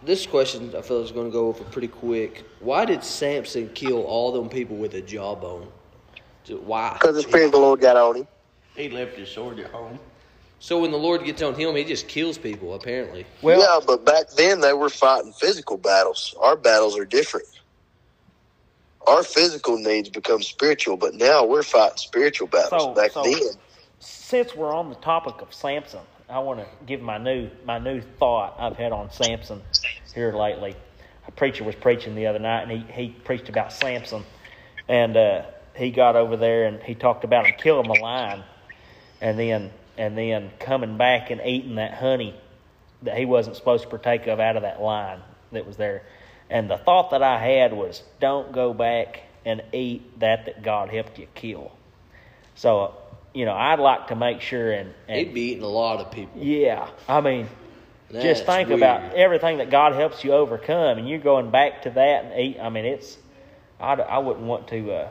Speaker 1: this question I feel is going to go over pretty quick. Why did Samson kill all them people with a jawbone? Ju- Why?
Speaker 2: Because the spirit of the Lord got on him.
Speaker 4: He left his sword at home.
Speaker 1: So when the Lord gets on him, he just kills people. Apparently.
Speaker 3: Well,
Speaker 2: yeah, but back then they were fighting physical battles. Our battles are different. Our physical needs become spiritual, but now we're fighting spiritual battles.
Speaker 3: So-
Speaker 2: back
Speaker 3: so-
Speaker 2: then,
Speaker 3: since we're on the topic of Samson, I want to give my new my new thought I've had on Samson here lately. A preacher was preaching the other night, and he he preached about Samson, and uh, he got over there and he talked about him killing a lion, and then and then coming back and eating that honey that he wasn't supposed to partake of out of that line that was there. And the thought that I had was, don't go back and eat that that God helped you kill. So, you know, I'd like to make sure and,
Speaker 1: He'd
Speaker 3: and
Speaker 1: be eating a lot of people.
Speaker 3: yeah, I mean,
Speaker 1: That's
Speaker 3: just think
Speaker 1: weird.
Speaker 3: about everything that God helps you overcome, and you're going back to that and eat. I mean, it's I, d- I wouldn't want to. Uh,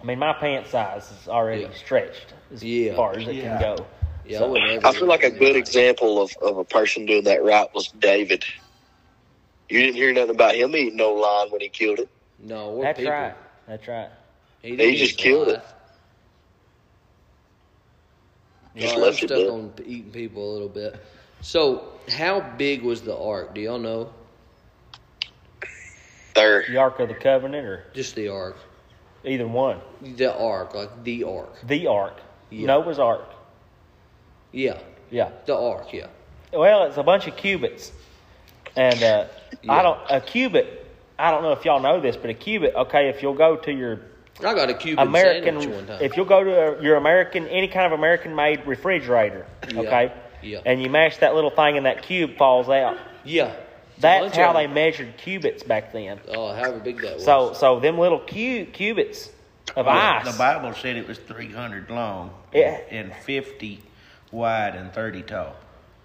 Speaker 3: I mean, my pant size is already
Speaker 1: Yeah.
Speaker 3: stretched as
Speaker 1: Yeah.
Speaker 3: far as it
Speaker 4: Yeah.
Speaker 3: can go.
Speaker 1: Yeah,
Speaker 3: So-
Speaker 1: I, wouldn't ever
Speaker 2: I feel like a good example of, of a person doing that right was David. You didn't hear nothing about him eating no lion when he killed it.
Speaker 1: No, we're
Speaker 3: That's
Speaker 1: people.
Speaker 3: right. That's right.
Speaker 1: He, didn't
Speaker 2: just
Speaker 1: eat
Speaker 2: killed
Speaker 1: alive.
Speaker 2: Just
Speaker 1: Alright,
Speaker 2: left
Speaker 1: I'm
Speaker 2: it
Speaker 1: stuck
Speaker 2: there.
Speaker 1: on p- eating people a little bit. So, how big was the ark? Do y'all know?
Speaker 2: There,
Speaker 3: The Ark of the Covenant, or
Speaker 1: Just the ark.
Speaker 3: either one.
Speaker 1: The ark, like the ark.
Speaker 3: The Ark,
Speaker 1: Yeah.
Speaker 3: Noah's Ark.
Speaker 1: Yeah,
Speaker 3: Yeah.
Speaker 1: the ark. Yeah.
Speaker 3: Well, it's a bunch of cubits, and uh,
Speaker 1: Yeah.
Speaker 3: I don't a cubit. I don't know if y'all know this, but a cubit. Okay, if you'll go to your
Speaker 1: I got a Cuban
Speaker 3: American,
Speaker 1: sandwich one time.
Speaker 3: if you'll go to a, your American, any kind of American-made refrigerator,
Speaker 1: Yeah.
Speaker 3: okay,
Speaker 1: Yeah.
Speaker 3: and you mash that little thing, and that cube falls out.
Speaker 1: yeah.
Speaker 3: That's how they
Speaker 1: Lunch
Speaker 3: measured cubits back then.
Speaker 1: hour. Oh, however big that was.
Speaker 3: So, so them little cu- cubits of ice.
Speaker 4: The Bible said it was 300 long
Speaker 3: Yeah.
Speaker 4: and 50 wide and 30 tall.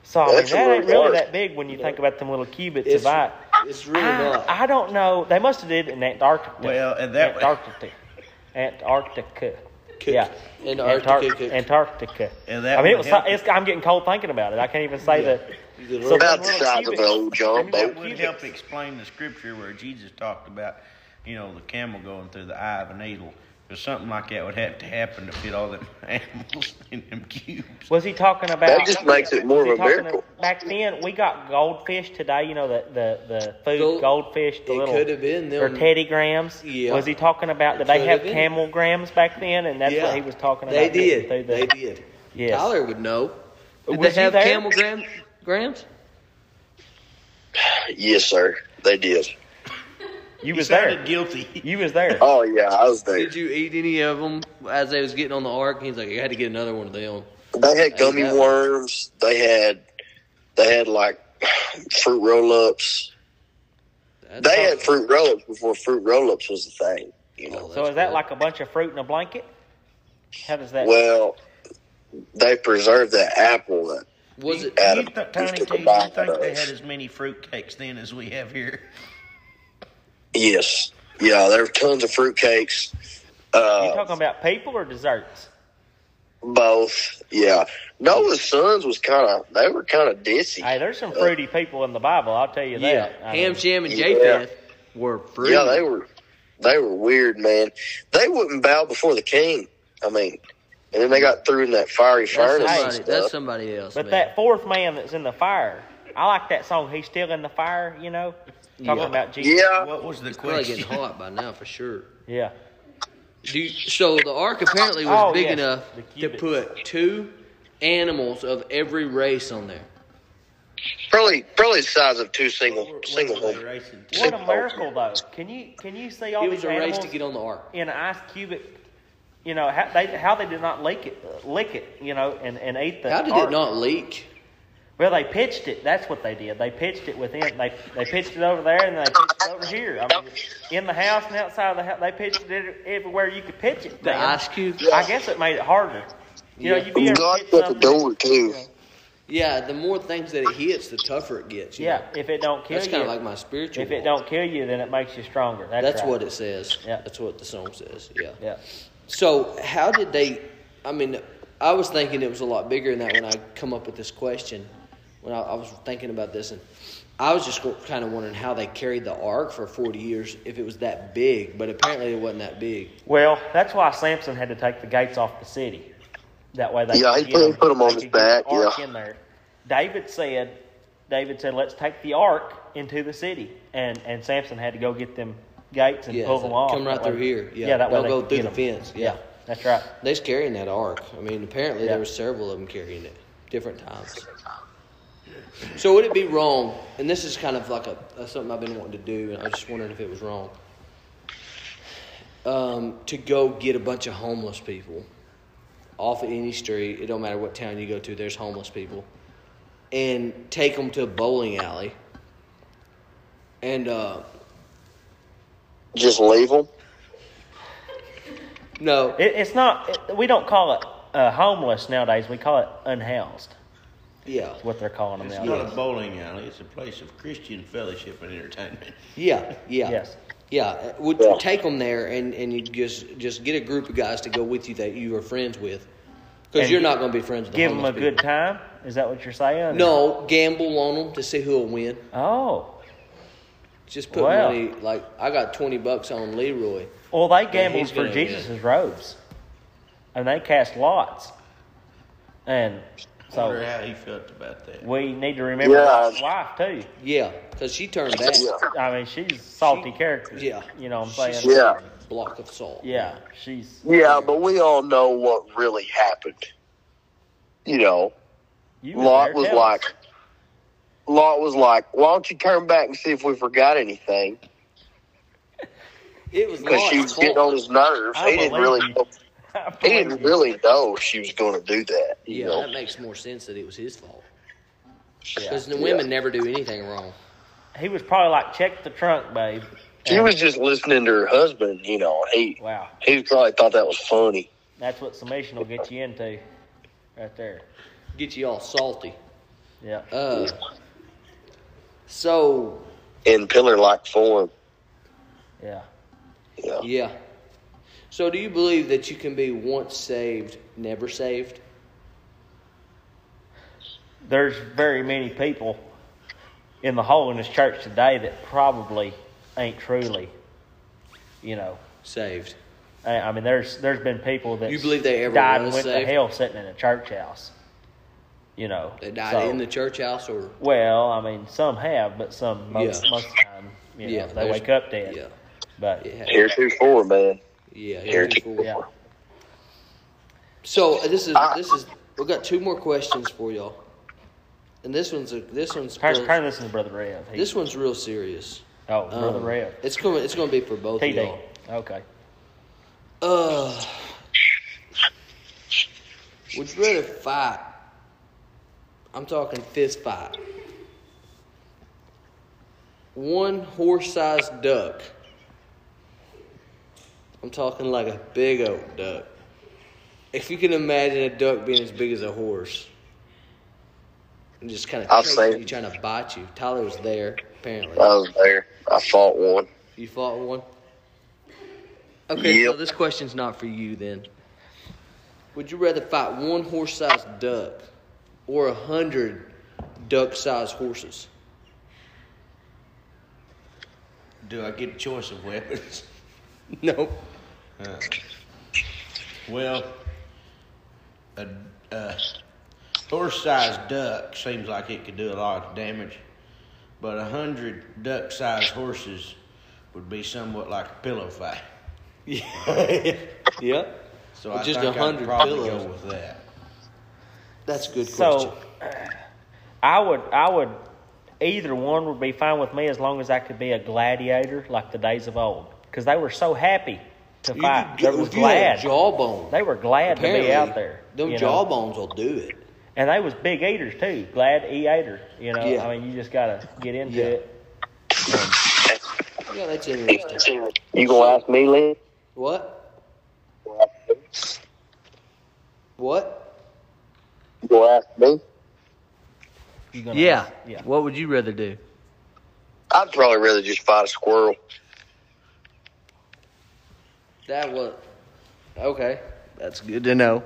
Speaker 3: so I mean,
Speaker 2: That's a
Speaker 3: that
Speaker 2: little
Speaker 3: ain't really
Speaker 2: large.
Speaker 3: that big when you think about them little cubits
Speaker 1: it's,
Speaker 3: of ice.
Speaker 1: it's really
Speaker 3: I,
Speaker 1: not.
Speaker 3: I don't know. They must have did it in Antarctica.
Speaker 4: Well, and that-
Speaker 3: Antarctica, Antarctica.
Speaker 1: Cook-
Speaker 3: Yeah,
Speaker 1: Antarctica.
Speaker 3: Antar- Antarctica.
Speaker 4: And that
Speaker 3: I mean, it
Speaker 4: would
Speaker 3: was.
Speaker 4: help
Speaker 3: It's, I'm getting cold thinking about it. I can't even say
Speaker 1: Yeah.
Speaker 3: that.
Speaker 1: You could
Speaker 3: So
Speaker 1: learn-
Speaker 3: that
Speaker 2: about the
Speaker 3: little
Speaker 2: size of
Speaker 3: cubit-
Speaker 2: an old John
Speaker 3: Maybe that
Speaker 2: boat.
Speaker 4: It
Speaker 3: would
Speaker 4: would help explain the scripture where Jesus talked about, you know, the camel going through the eye of a needle. Because something like that would have to happen to fit all them animals in them cubes.
Speaker 3: Was he talking about?
Speaker 2: That just makes it more
Speaker 3: was he
Speaker 2: of a
Speaker 3: talking
Speaker 2: miracle.
Speaker 3: back then, we got goldfish today. You know the the, the food
Speaker 1: Gold-
Speaker 3: goldfish, the
Speaker 1: it
Speaker 3: little
Speaker 1: could have been them.
Speaker 3: or Teddy grams.
Speaker 1: Yeah.
Speaker 3: Was he talking about? Did they
Speaker 1: could
Speaker 3: have
Speaker 1: have been.
Speaker 3: camel grams back then? And that's
Speaker 1: yeah.
Speaker 3: what he was talking about.
Speaker 1: They did.
Speaker 3: getting through
Speaker 1: They
Speaker 3: the-
Speaker 1: did.
Speaker 3: Yes.
Speaker 1: Tyler would know. Did
Speaker 3: Was
Speaker 1: they
Speaker 3: you
Speaker 1: have
Speaker 3: there?
Speaker 1: camel gram- grams?
Speaker 2: yes, sir, they did.
Speaker 3: You
Speaker 4: He
Speaker 3: was
Speaker 4: sounded
Speaker 3: there.
Speaker 4: guilty.
Speaker 3: You was there.
Speaker 2: Oh yeah, I was there.
Speaker 1: Did you eat any of them as they was getting on the ark? He's like, I had to get another one of them.
Speaker 2: They had gummy
Speaker 1: that one.
Speaker 2: worms. They had they had like fruit roll ups.
Speaker 1: That's
Speaker 2: They had
Speaker 1: awesome.
Speaker 2: fruit roll ups before fruit roll ups was a thing. You
Speaker 1: Oh,
Speaker 2: know.
Speaker 1: that's
Speaker 3: So is that
Speaker 1: good.
Speaker 3: like a bunch of fruit in a blanket? How does that?
Speaker 2: Well, they preserved that apple. That
Speaker 1: was it?
Speaker 4: You
Speaker 2: Adam
Speaker 4: th-
Speaker 2: used
Speaker 4: Tiny
Speaker 2: to
Speaker 4: T, you
Speaker 2: combine
Speaker 4: think they
Speaker 2: those.
Speaker 4: had as many fruitcakes then as we have here?
Speaker 2: Yes. Yeah, there were tons of fruitcakes.
Speaker 3: you
Speaker 2: Uh,
Speaker 3: talking about people or desserts?
Speaker 2: both. Yeah. Noah's sons was kind of, they were kind of dissy.
Speaker 3: Hey, there's some fruity people in the Bible. I'll tell you
Speaker 1: Yeah,
Speaker 3: that. I
Speaker 1: Ham,
Speaker 3: mean,
Speaker 1: Sham, and
Speaker 2: Yeah.
Speaker 1: Japheth were free.
Speaker 2: Yeah, they were, they were weird, man. They wouldn't bow before the king. I mean, and then they got threw in that fiery
Speaker 1: That's
Speaker 2: furnace
Speaker 1: somebody,
Speaker 2: and
Speaker 1: that's
Speaker 2: stuff.
Speaker 1: somebody else.
Speaker 3: but
Speaker 1: man.
Speaker 3: that fourth man that's in the fire, I like that song. He's still in the fire, you know, talking
Speaker 1: Yeah.
Speaker 3: about Jesus.
Speaker 2: Yeah.
Speaker 4: What was the
Speaker 1: Uh, Probably getting
Speaker 4: question?
Speaker 1: hot by now for sure.
Speaker 3: Yeah.
Speaker 1: Do you, so the ark apparently was
Speaker 3: Oh,
Speaker 1: big
Speaker 3: yes,
Speaker 1: enough
Speaker 3: the
Speaker 1: to
Speaker 3: cubits.
Speaker 1: put two animals of every race on there.
Speaker 2: Probably, probably the size of two single
Speaker 4: What
Speaker 2: single
Speaker 4: was the
Speaker 2: home.
Speaker 4: racing team?
Speaker 3: What a miracle, though. Can you can you see all
Speaker 1: It
Speaker 3: these
Speaker 1: was a
Speaker 3: animals
Speaker 1: race to get on the ark.
Speaker 3: in an ice cubic? You know how they how they did not lick it, lick it, you know, and, and eat the.
Speaker 1: How did
Speaker 3: ark.
Speaker 1: it not leak?
Speaker 3: Well, they pitched it. That's what they did. They pitched it within. They they pitched it over there and they pitched it over here. I mean, in the house and outside of the house, they pitched it everywhere you could pitch it.
Speaker 1: The
Speaker 3: Dan.
Speaker 1: ice cube.
Speaker 3: I guess it made it harder.
Speaker 1: Yeah.
Speaker 3: You know, you be able
Speaker 2: God
Speaker 3: to
Speaker 2: got the
Speaker 3: something.
Speaker 2: door too.
Speaker 1: Yeah, the more things that it hits, the tougher it gets. you
Speaker 3: Yeah,
Speaker 1: know.
Speaker 3: if it don't kill
Speaker 1: that's
Speaker 3: you,
Speaker 1: kind of like my spiritual.
Speaker 3: if
Speaker 1: walk.
Speaker 3: it don't kill you, then it makes you stronger. That's,
Speaker 1: that's
Speaker 3: right.
Speaker 1: what it says.
Speaker 3: Yeah.
Speaker 1: that's what the song says. Yeah.
Speaker 3: Yeah.
Speaker 1: So how did they? I mean, I was thinking it was a lot bigger than that when I come up with this question. When I, I was thinking about this, and I was just kind of wondering how they carried the ark for forty years if it was that big. But apparently, it wasn't that big.
Speaker 3: Well, that's why Samson had to take the gates off the city. That way they
Speaker 2: Yeah,
Speaker 3: could
Speaker 2: he
Speaker 3: get
Speaker 2: put-
Speaker 3: them-
Speaker 2: put 'em on
Speaker 3: they
Speaker 2: his
Speaker 3: could get
Speaker 2: back,
Speaker 3: the ark
Speaker 2: yeah.
Speaker 3: in there. David said, David said, let's take the ark into the city, and and Samson had to go get them gates and
Speaker 1: Yeah,
Speaker 3: pull
Speaker 1: it's
Speaker 3: them
Speaker 1: like,
Speaker 3: off.
Speaker 1: come right
Speaker 3: That way-
Speaker 1: through here. Yeah,
Speaker 3: yeah that way
Speaker 1: don't
Speaker 3: they
Speaker 1: go
Speaker 3: could
Speaker 1: through
Speaker 3: get
Speaker 1: the
Speaker 3: 'em.
Speaker 1: fence. Yeah.
Speaker 3: that's right.
Speaker 1: They's carrying that ark. I mean, apparently
Speaker 3: Yeah.
Speaker 1: there were several of them carrying it, different times. So would it be wrong? And this is kind of like a, a something I've been wanting to do, and I was just wondering if it was wrong um, to go get a bunch of homeless people off of any street. It don't matter what town you go to. There's homeless people, and take them to a bowling alley, and uh,
Speaker 2: Just leave them.
Speaker 1: no,
Speaker 3: It, it's not. It, we don't call it uh, homeless nowadays. We call it unhoused.
Speaker 1: yeah,
Speaker 3: What they're calling them
Speaker 4: It's
Speaker 3: nowadays.
Speaker 4: not a bowling alley. It's a place of Christian fellowship and entertainment.
Speaker 1: Yeah, yeah.
Speaker 3: Yes.
Speaker 1: Yeah, uh, would you take them there and, and you just just get a group of guys to go with you that you are friends with, because
Speaker 3: And
Speaker 1: you're not going to be friends with the
Speaker 3: Give them a
Speaker 1: homeless
Speaker 3: good
Speaker 1: people.
Speaker 3: time. Is that what you're saying?
Speaker 1: No, gamble on them to see who will win.
Speaker 3: Oh.
Speaker 1: Just put
Speaker 3: Wow.
Speaker 1: money like I got twenty bucks on Leroy.
Speaker 3: Well, they
Speaker 1: he's
Speaker 3: gambled for
Speaker 1: gonna win.
Speaker 3: Jesus' robes, and they cast lots. And
Speaker 4: I wonder
Speaker 3: so
Speaker 4: how he felt about that.
Speaker 3: we need to remember
Speaker 2: Yeah.
Speaker 3: Lot's wife too.
Speaker 1: Yeah, because she turned back
Speaker 3: I mean, she's a salty character.
Speaker 1: yeah.
Speaker 3: you know what I'm saying.
Speaker 2: Yeah,
Speaker 1: block of salt.
Speaker 3: yeah, she's.
Speaker 2: yeah, but we all know what really happened. You know,
Speaker 3: You was
Speaker 2: Lot
Speaker 3: there,
Speaker 2: was
Speaker 3: tell us.
Speaker 2: like, Lot was like, why don't you turn back and see if we forgot anything?
Speaker 1: it was
Speaker 2: Because she was
Speaker 1: Lot's
Speaker 2: getting
Speaker 1: fault.
Speaker 2: on his nerves.
Speaker 3: I
Speaker 2: He didn't
Speaker 3: believe
Speaker 2: really,
Speaker 3: you.
Speaker 2: know,
Speaker 3: I
Speaker 2: he
Speaker 3: believe
Speaker 2: didn't
Speaker 3: you.
Speaker 2: really know she was going to do that. You
Speaker 1: Yeah,
Speaker 2: know,
Speaker 1: that makes more sense that it was his fault.
Speaker 3: Yeah.
Speaker 1: Because the women never do anything wrong.
Speaker 3: He was probably like, check the trunk, babe.
Speaker 2: she
Speaker 3: And-
Speaker 2: was just listening to her husband. You know, he
Speaker 3: Wow,
Speaker 2: he probably thought that was funny.
Speaker 3: that's what summation will get you into, right there.
Speaker 1: Get you all salty.
Speaker 3: Yeah.
Speaker 1: Uh, so
Speaker 2: in pillar like form.
Speaker 3: Yeah.
Speaker 2: You know?
Speaker 1: Yeah. So do you believe that you can be once saved, never saved?
Speaker 3: There's very many people in the holiness church today that probably ain't truly, you know.
Speaker 1: Saved.
Speaker 3: I I mean, there's there's been people that
Speaker 1: You believe they ever
Speaker 3: died
Speaker 1: was
Speaker 3: and went
Speaker 1: saved?
Speaker 3: to hell sitting in a church house. You know,
Speaker 1: They died
Speaker 3: so-
Speaker 1: in the church house or
Speaker 3: Well, I mean, some have, but some most
Speaker 1: Yeah.
Speaker 3: most of the time, you know,
Speaker 1: Yeah,
Speaker 3: they
Speaker 1: there's-
Speaker 3: wake up dead.
Speaker 1: Yeah.
Speaker 3: But
Speaker 1: Yeah.
Speaker 2: Here too four, man.
Speaker 1: Yeah.
Speaker 2: Here
Speaker 1: here's
Speaker 2: too
Speaker 1: four.
Speaker 3: yeah.
Speaker 1: So uh, this is this is we've got two more questions for y'all. And this one's a, this one's
Speaker 3: Turn,
Speaker 1: real-
Speaker 3: turn this into Brother Rev. He-
Speaker 1: this one's real serious.
Speaker 3: oh, Brother
Speaker 1: Um,
Speaker 3: Rev.
Speaker 1: It's going it's going to be for both of
Speaker 3: TD.
Speaker 1: y'all.
Speaker 3: Okay.
Speaker 1: Uh, would you rather fight? I'm talking fist fight. One horse-sized duck. I'm talking like a big old duck. If you can imagine a duck being as big as a horse, and just kind
Speaker 2: I'll
Speaker 1: of
Speaker 2: say-
Speaker 1: you, trying to bite you. Tyler was there apparently.
Speaker 2: I was there. I fought one.
Speaker 1: You fought one? Okay, so
Speaker 2: Yep.
Speaker 1: this question's not for you then. Would you rather fight one horse sized duck or a hundred duck sized horses?
Speaker 4: Do I get a choice of weapons?
Speaker 1: Nope.
Speaker 4: Uh, well, a, uh, horse-sized duck seems like it could do a lot of damage, but a hundred duck-sized horses would be somewhat like a pillow fight.
Speaker 1: Yep.
Speaker 4: So
Speaker 1: With
Speaker 4: I
Speaker 1: just
Speaker 4: think
Speaker 1: a
Speaker 4: I'd
Speaker 1: hundred
Speaker 4: probably
Speaker 1: pillows.
Speaker 4: go with that.
Speaker 1: That's a good
Speaker 3: So uh,
Speaker 1: question.
Speaker 3: I would I would either one would be fine with me as long as I could be a gladiator like the days of old because they were so happy to
Speaker 1: You could
Speaker 3: fight. They
Speaker 1: get-
Speaker 3: were
Speaker 1: if you had
Speaker 3: glad.
Speaker 1: a jawbone.
Speaker 3: They were glad to
Speaker 1: apparently,
Speaker 3: be out there.
Speaker 1: Them
Speaker 3: you know?
Speaker 1: jawbones will do it.
Speaker 3: and they was big eaters too. Glad e eaters. You know,
Speaker 1: Yeah.
Speaker 3: I mean, you just gotta get into
Speaker 1: Yeah.
Speaker 3: it.
Speaker 1: Yeah, that's interesting.
Speaker 2: You gonna ask me, Lynn?
Speaker 1: What? What?
Speaker 2: You gonna ask me?
Speaker 3: You gonna-
Speaker 1: Yeah.
Speaker 3: yeah.
Speaker 1: What would you rather do?
Speaker 2: I'd probably rather just fight a squirrel.
Speaker 1: That was okay. That's good to know.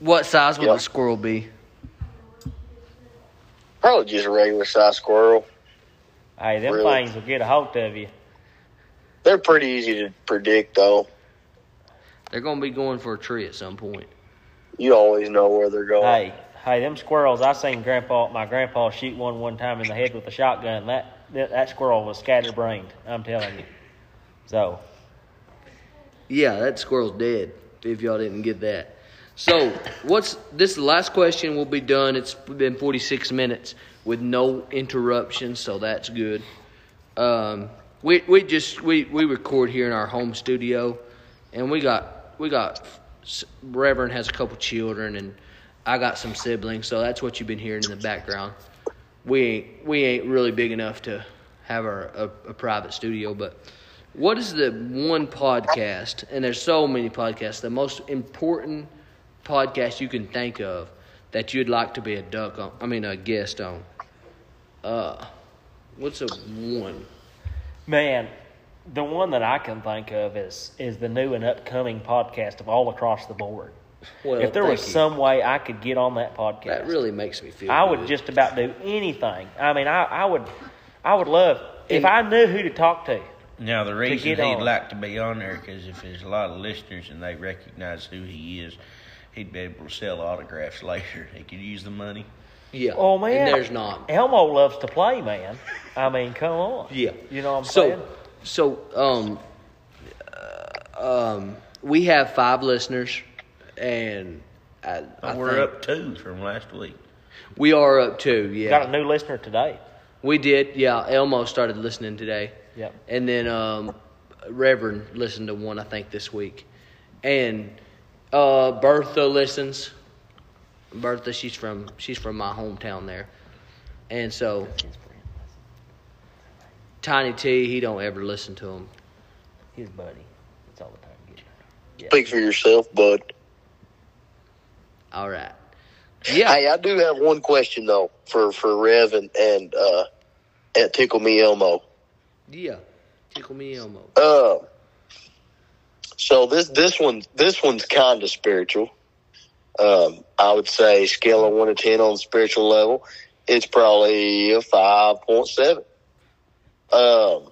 Speaker 1: What size would
Speaker 2: Yeah.
Speaker 1: a squirrel be?
Speaker 2: Probably just a regular sized squirrel.
Speaker 3: Hey, them
Speaker 2: Really?
Speaker 3: things will get a hold of you.
Speaker 2: They're pretty easy to predict, though.
Speaker 1: They're gonna be going for a tree at some point.
Speaker 2: You always know where they're going.
Speaker 3: Hey, hey, them squirrels! I seen grandpa, my grandpa shoot one one time in the head with a shotgun. That that, that squirrel was scatterbrained. I'm telling you. So
Speaker 1: Yeah, that squirrel's dead. If y'all didn't get that. So what's this? The last question will be done. It's been 46 minutes with no interruptions, so that's good. Um, we we just we we record here in our home studio, and we got we got s- Reverend has a couple children, and I got some siblings, so that's what you've been hearing in the background. We ain't we ain't really big enough to have our a, a private studio, but what is the one podcast? And there's so many podcasts. The most important podcast you can think of that you'd like to be a duck on. I mean, a guest on. Uh, what's a one?
Speaker 3: Man, the one that I can think of is is the new and upcoming podcast of all across the board.
Speaker 1: Well,
Speaker 3: if there was
Speaker 1: thank you.
Speaker 3: some way I could get on that podcast,
Speaker 1: that really makes me feel.
Speaker 3: I would
Speaker 1: good.
Speaker 3: just about do anything. I mean, I, I would, I would love if
Speaker 1: And-
Speaker 3: I knew who to talk to.
Speaker 4: Now the reason
Speaker 3: get
Speaker 4: he'd
Speaker 3: on.
Speaker 4: like to be on there because if there's a lot of listeners and they recognize who he is, he'd be able to sell autographs later. He could use the money.
Speaker 1: Yeah.
Speaker 3: Oh man,
Speaker 1: And there's not.
Speaker 3: Elmo loves to play, man. I mean, come on.
Speaker 1: Yeah.
Speaker 3: you know what I'm saying.
Speaker 1: So, so um, uh, um, we have five listeners, and I, I
Speaker 4: we're
Speaker 1: think-
Speaker 4: up two from last week.
Speaker 1: We are up two. Yeah.
Speaker 3: Got a new listener today.
Speaker 1: We did, yeah. Elmo started listening today.
Speaker 3: Yep.
Speaker 1: And then um, Reverend listened to one, I think, this week. And uh, Bertha listens. Bertha, she's from she's from my hometown there, and so Tiny T, he don't ever listen to him.
Speaker 3: His buddy. That's all the time. you get.
Speaker 2: Speak for yourself, bud.
Speaker 1: All right, yeah,
Speaker 2: Hey, I do have one question though for for Rev and and uh, at Tickle Me Elmo.
Speaker 1: yeah. Tickle me Elmo.
Speaker 2: Uh, so this this one this one's kind of spiritual. Um, I would say scale of one to ten on the spiritual level, it's probably a five point seven. Um,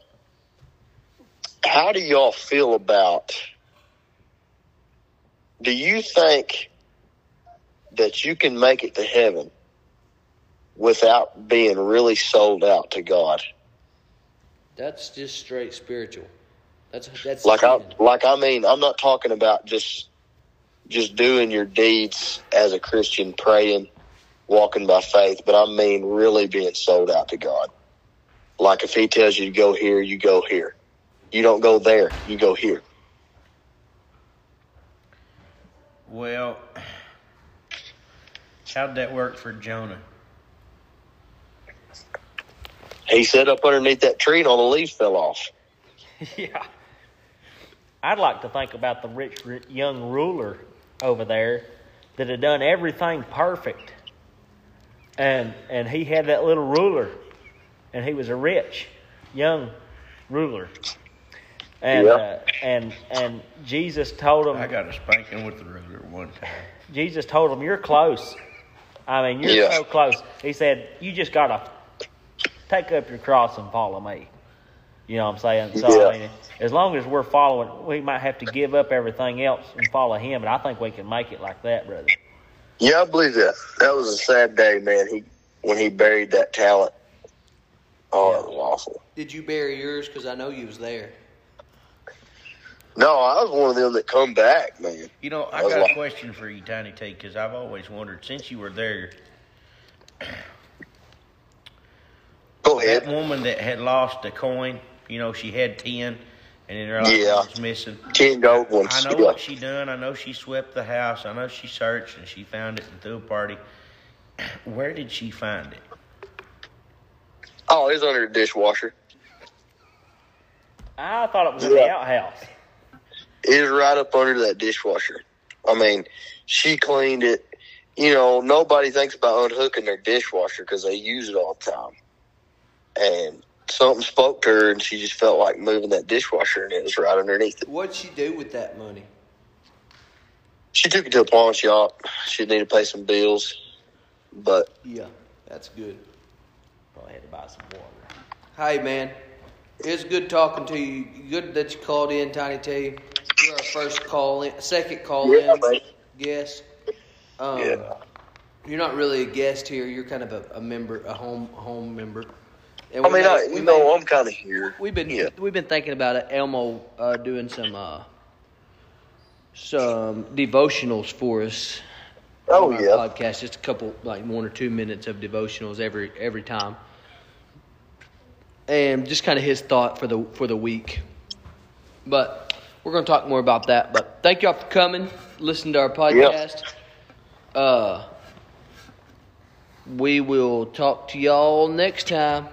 Speaker 2: how do y'all feel about? Do you think that you can make it to heaven without being really sold out to God?
Speaker 1: That's just straight spiritual. That's that's
Speaker 2: like I like I mean I'm not talking about just just doing your deeds as a Christian, praying, walking by faith, but I mean really being sold out to God. Like if He tells you to go here, you go here. You don't go there, you go here.
Speaker 4: Well, how'd that work for Jonah?
Speaker 2: He sat up underneath that tree and all the leaves fell off.
Speaker 3: Yeah. I'd like to think about the rich ri- young ruler over there that had done everything perfect. And and he had that little ruler and he was a rich young ruler. And
Speaker 2: Yeah.
Speaker 3: uh, and and Jesus told him
Speaker 4: I got a spanking with the ruler one time.
Speaker 3: Jesus told him, "You're close. I mean, you're
Speaker 2: Yeah.
Speaker 3: so close." He said, "You just gotta take up your cross and follow me." You know what I'm saying? So I
Speaker 2: Yeah.
Speaker 3: mean, as long as we're following, we might have to give up everything else and follow him, and I think we can make it like that, brother.
Speaker 2: Yeah, I believe that. That was a sad day, man. He when he buried that talent. Oh, that was awful.
Speaker 1: Did you bury yours? Because I know you was there.
Speaker 2: No, I was one of them that come back, man.
Speaker 4: You know, I
Speaker 2: That was
Speaker 4: got a
Speaker 2: like-
Speaker 4: question for you, Tiny T, because I've always wondered since you were there,
Speaker 2: Go
Speaker 4: that
Speaker 2: ahead.
Speaker 4: woman that had lost a coin, you know, she had 10 and then her other
Speaker 2: Yeah.
Speaker 4: one was missing.
Speaker 2: Ten gold ones.
Speaker 4: I know
Speaker 2: Yeah.
Speaker 4: what she done. I know she swept the house. I know she searched and she found it and threw a party. Where did she find it?
Speaker 2: Oh, it's under the dishwasher.
Speaker 3: I thought it was in the
Speaker 2: Yeah.
Speaker 3: outhouse.
Speaker 2: is right up under that dishwasher. I mean, she cleaned it. You know, nobody thinks about unhooking their dishwasher because they use it all the time. And something spoke to her, and she just felt like moving that dishwasher, and it was right underneath it.
Speaker 1: What'd she do with that money?
Speaker 2: She took it to a pawn shop. She needed to pay some bills, but
Speaker 1: Yeah, that's good.
Speaker 3: Probably had to buy some water.
Speaker 1: Hey man, it's good talking to you. Good that you called in, Tiny T. You're our first call in, second call
Speaker 2: Yeah,
Speaker 1: in
Speaker 2: man.
Speaker 1: guest. Um,
Speaker 2: Yeah.
Speaker 1: You're not really a guest here. You're kind of a, a member, a home home member. And
Speaker 2: I
Speaker 1: we
Speaker 2: mean,
Speaker 1: may-
Speaker 2: I,
Speaker 1: we
Speaker 2: you
Speaker 1: may-
Speaker 2: know, I'm kind of here.
Speaker 1: We've been
Speaker 2: yeah.
Speaker 1: we've been thinking about it. Elmo uh, doing some uh, some devotionals for us.
Speaker 2: Oh
Speaker 1: on our
Speaker 2: yeah,
Speaker 1: podcast just a couple like one or two minutes of devotionals every every time, and just kind of his thought for the for the week. But we're going to talk more about that. But thank y'all for coming, listening to our podcast. Uh, we will talk to y'all next time.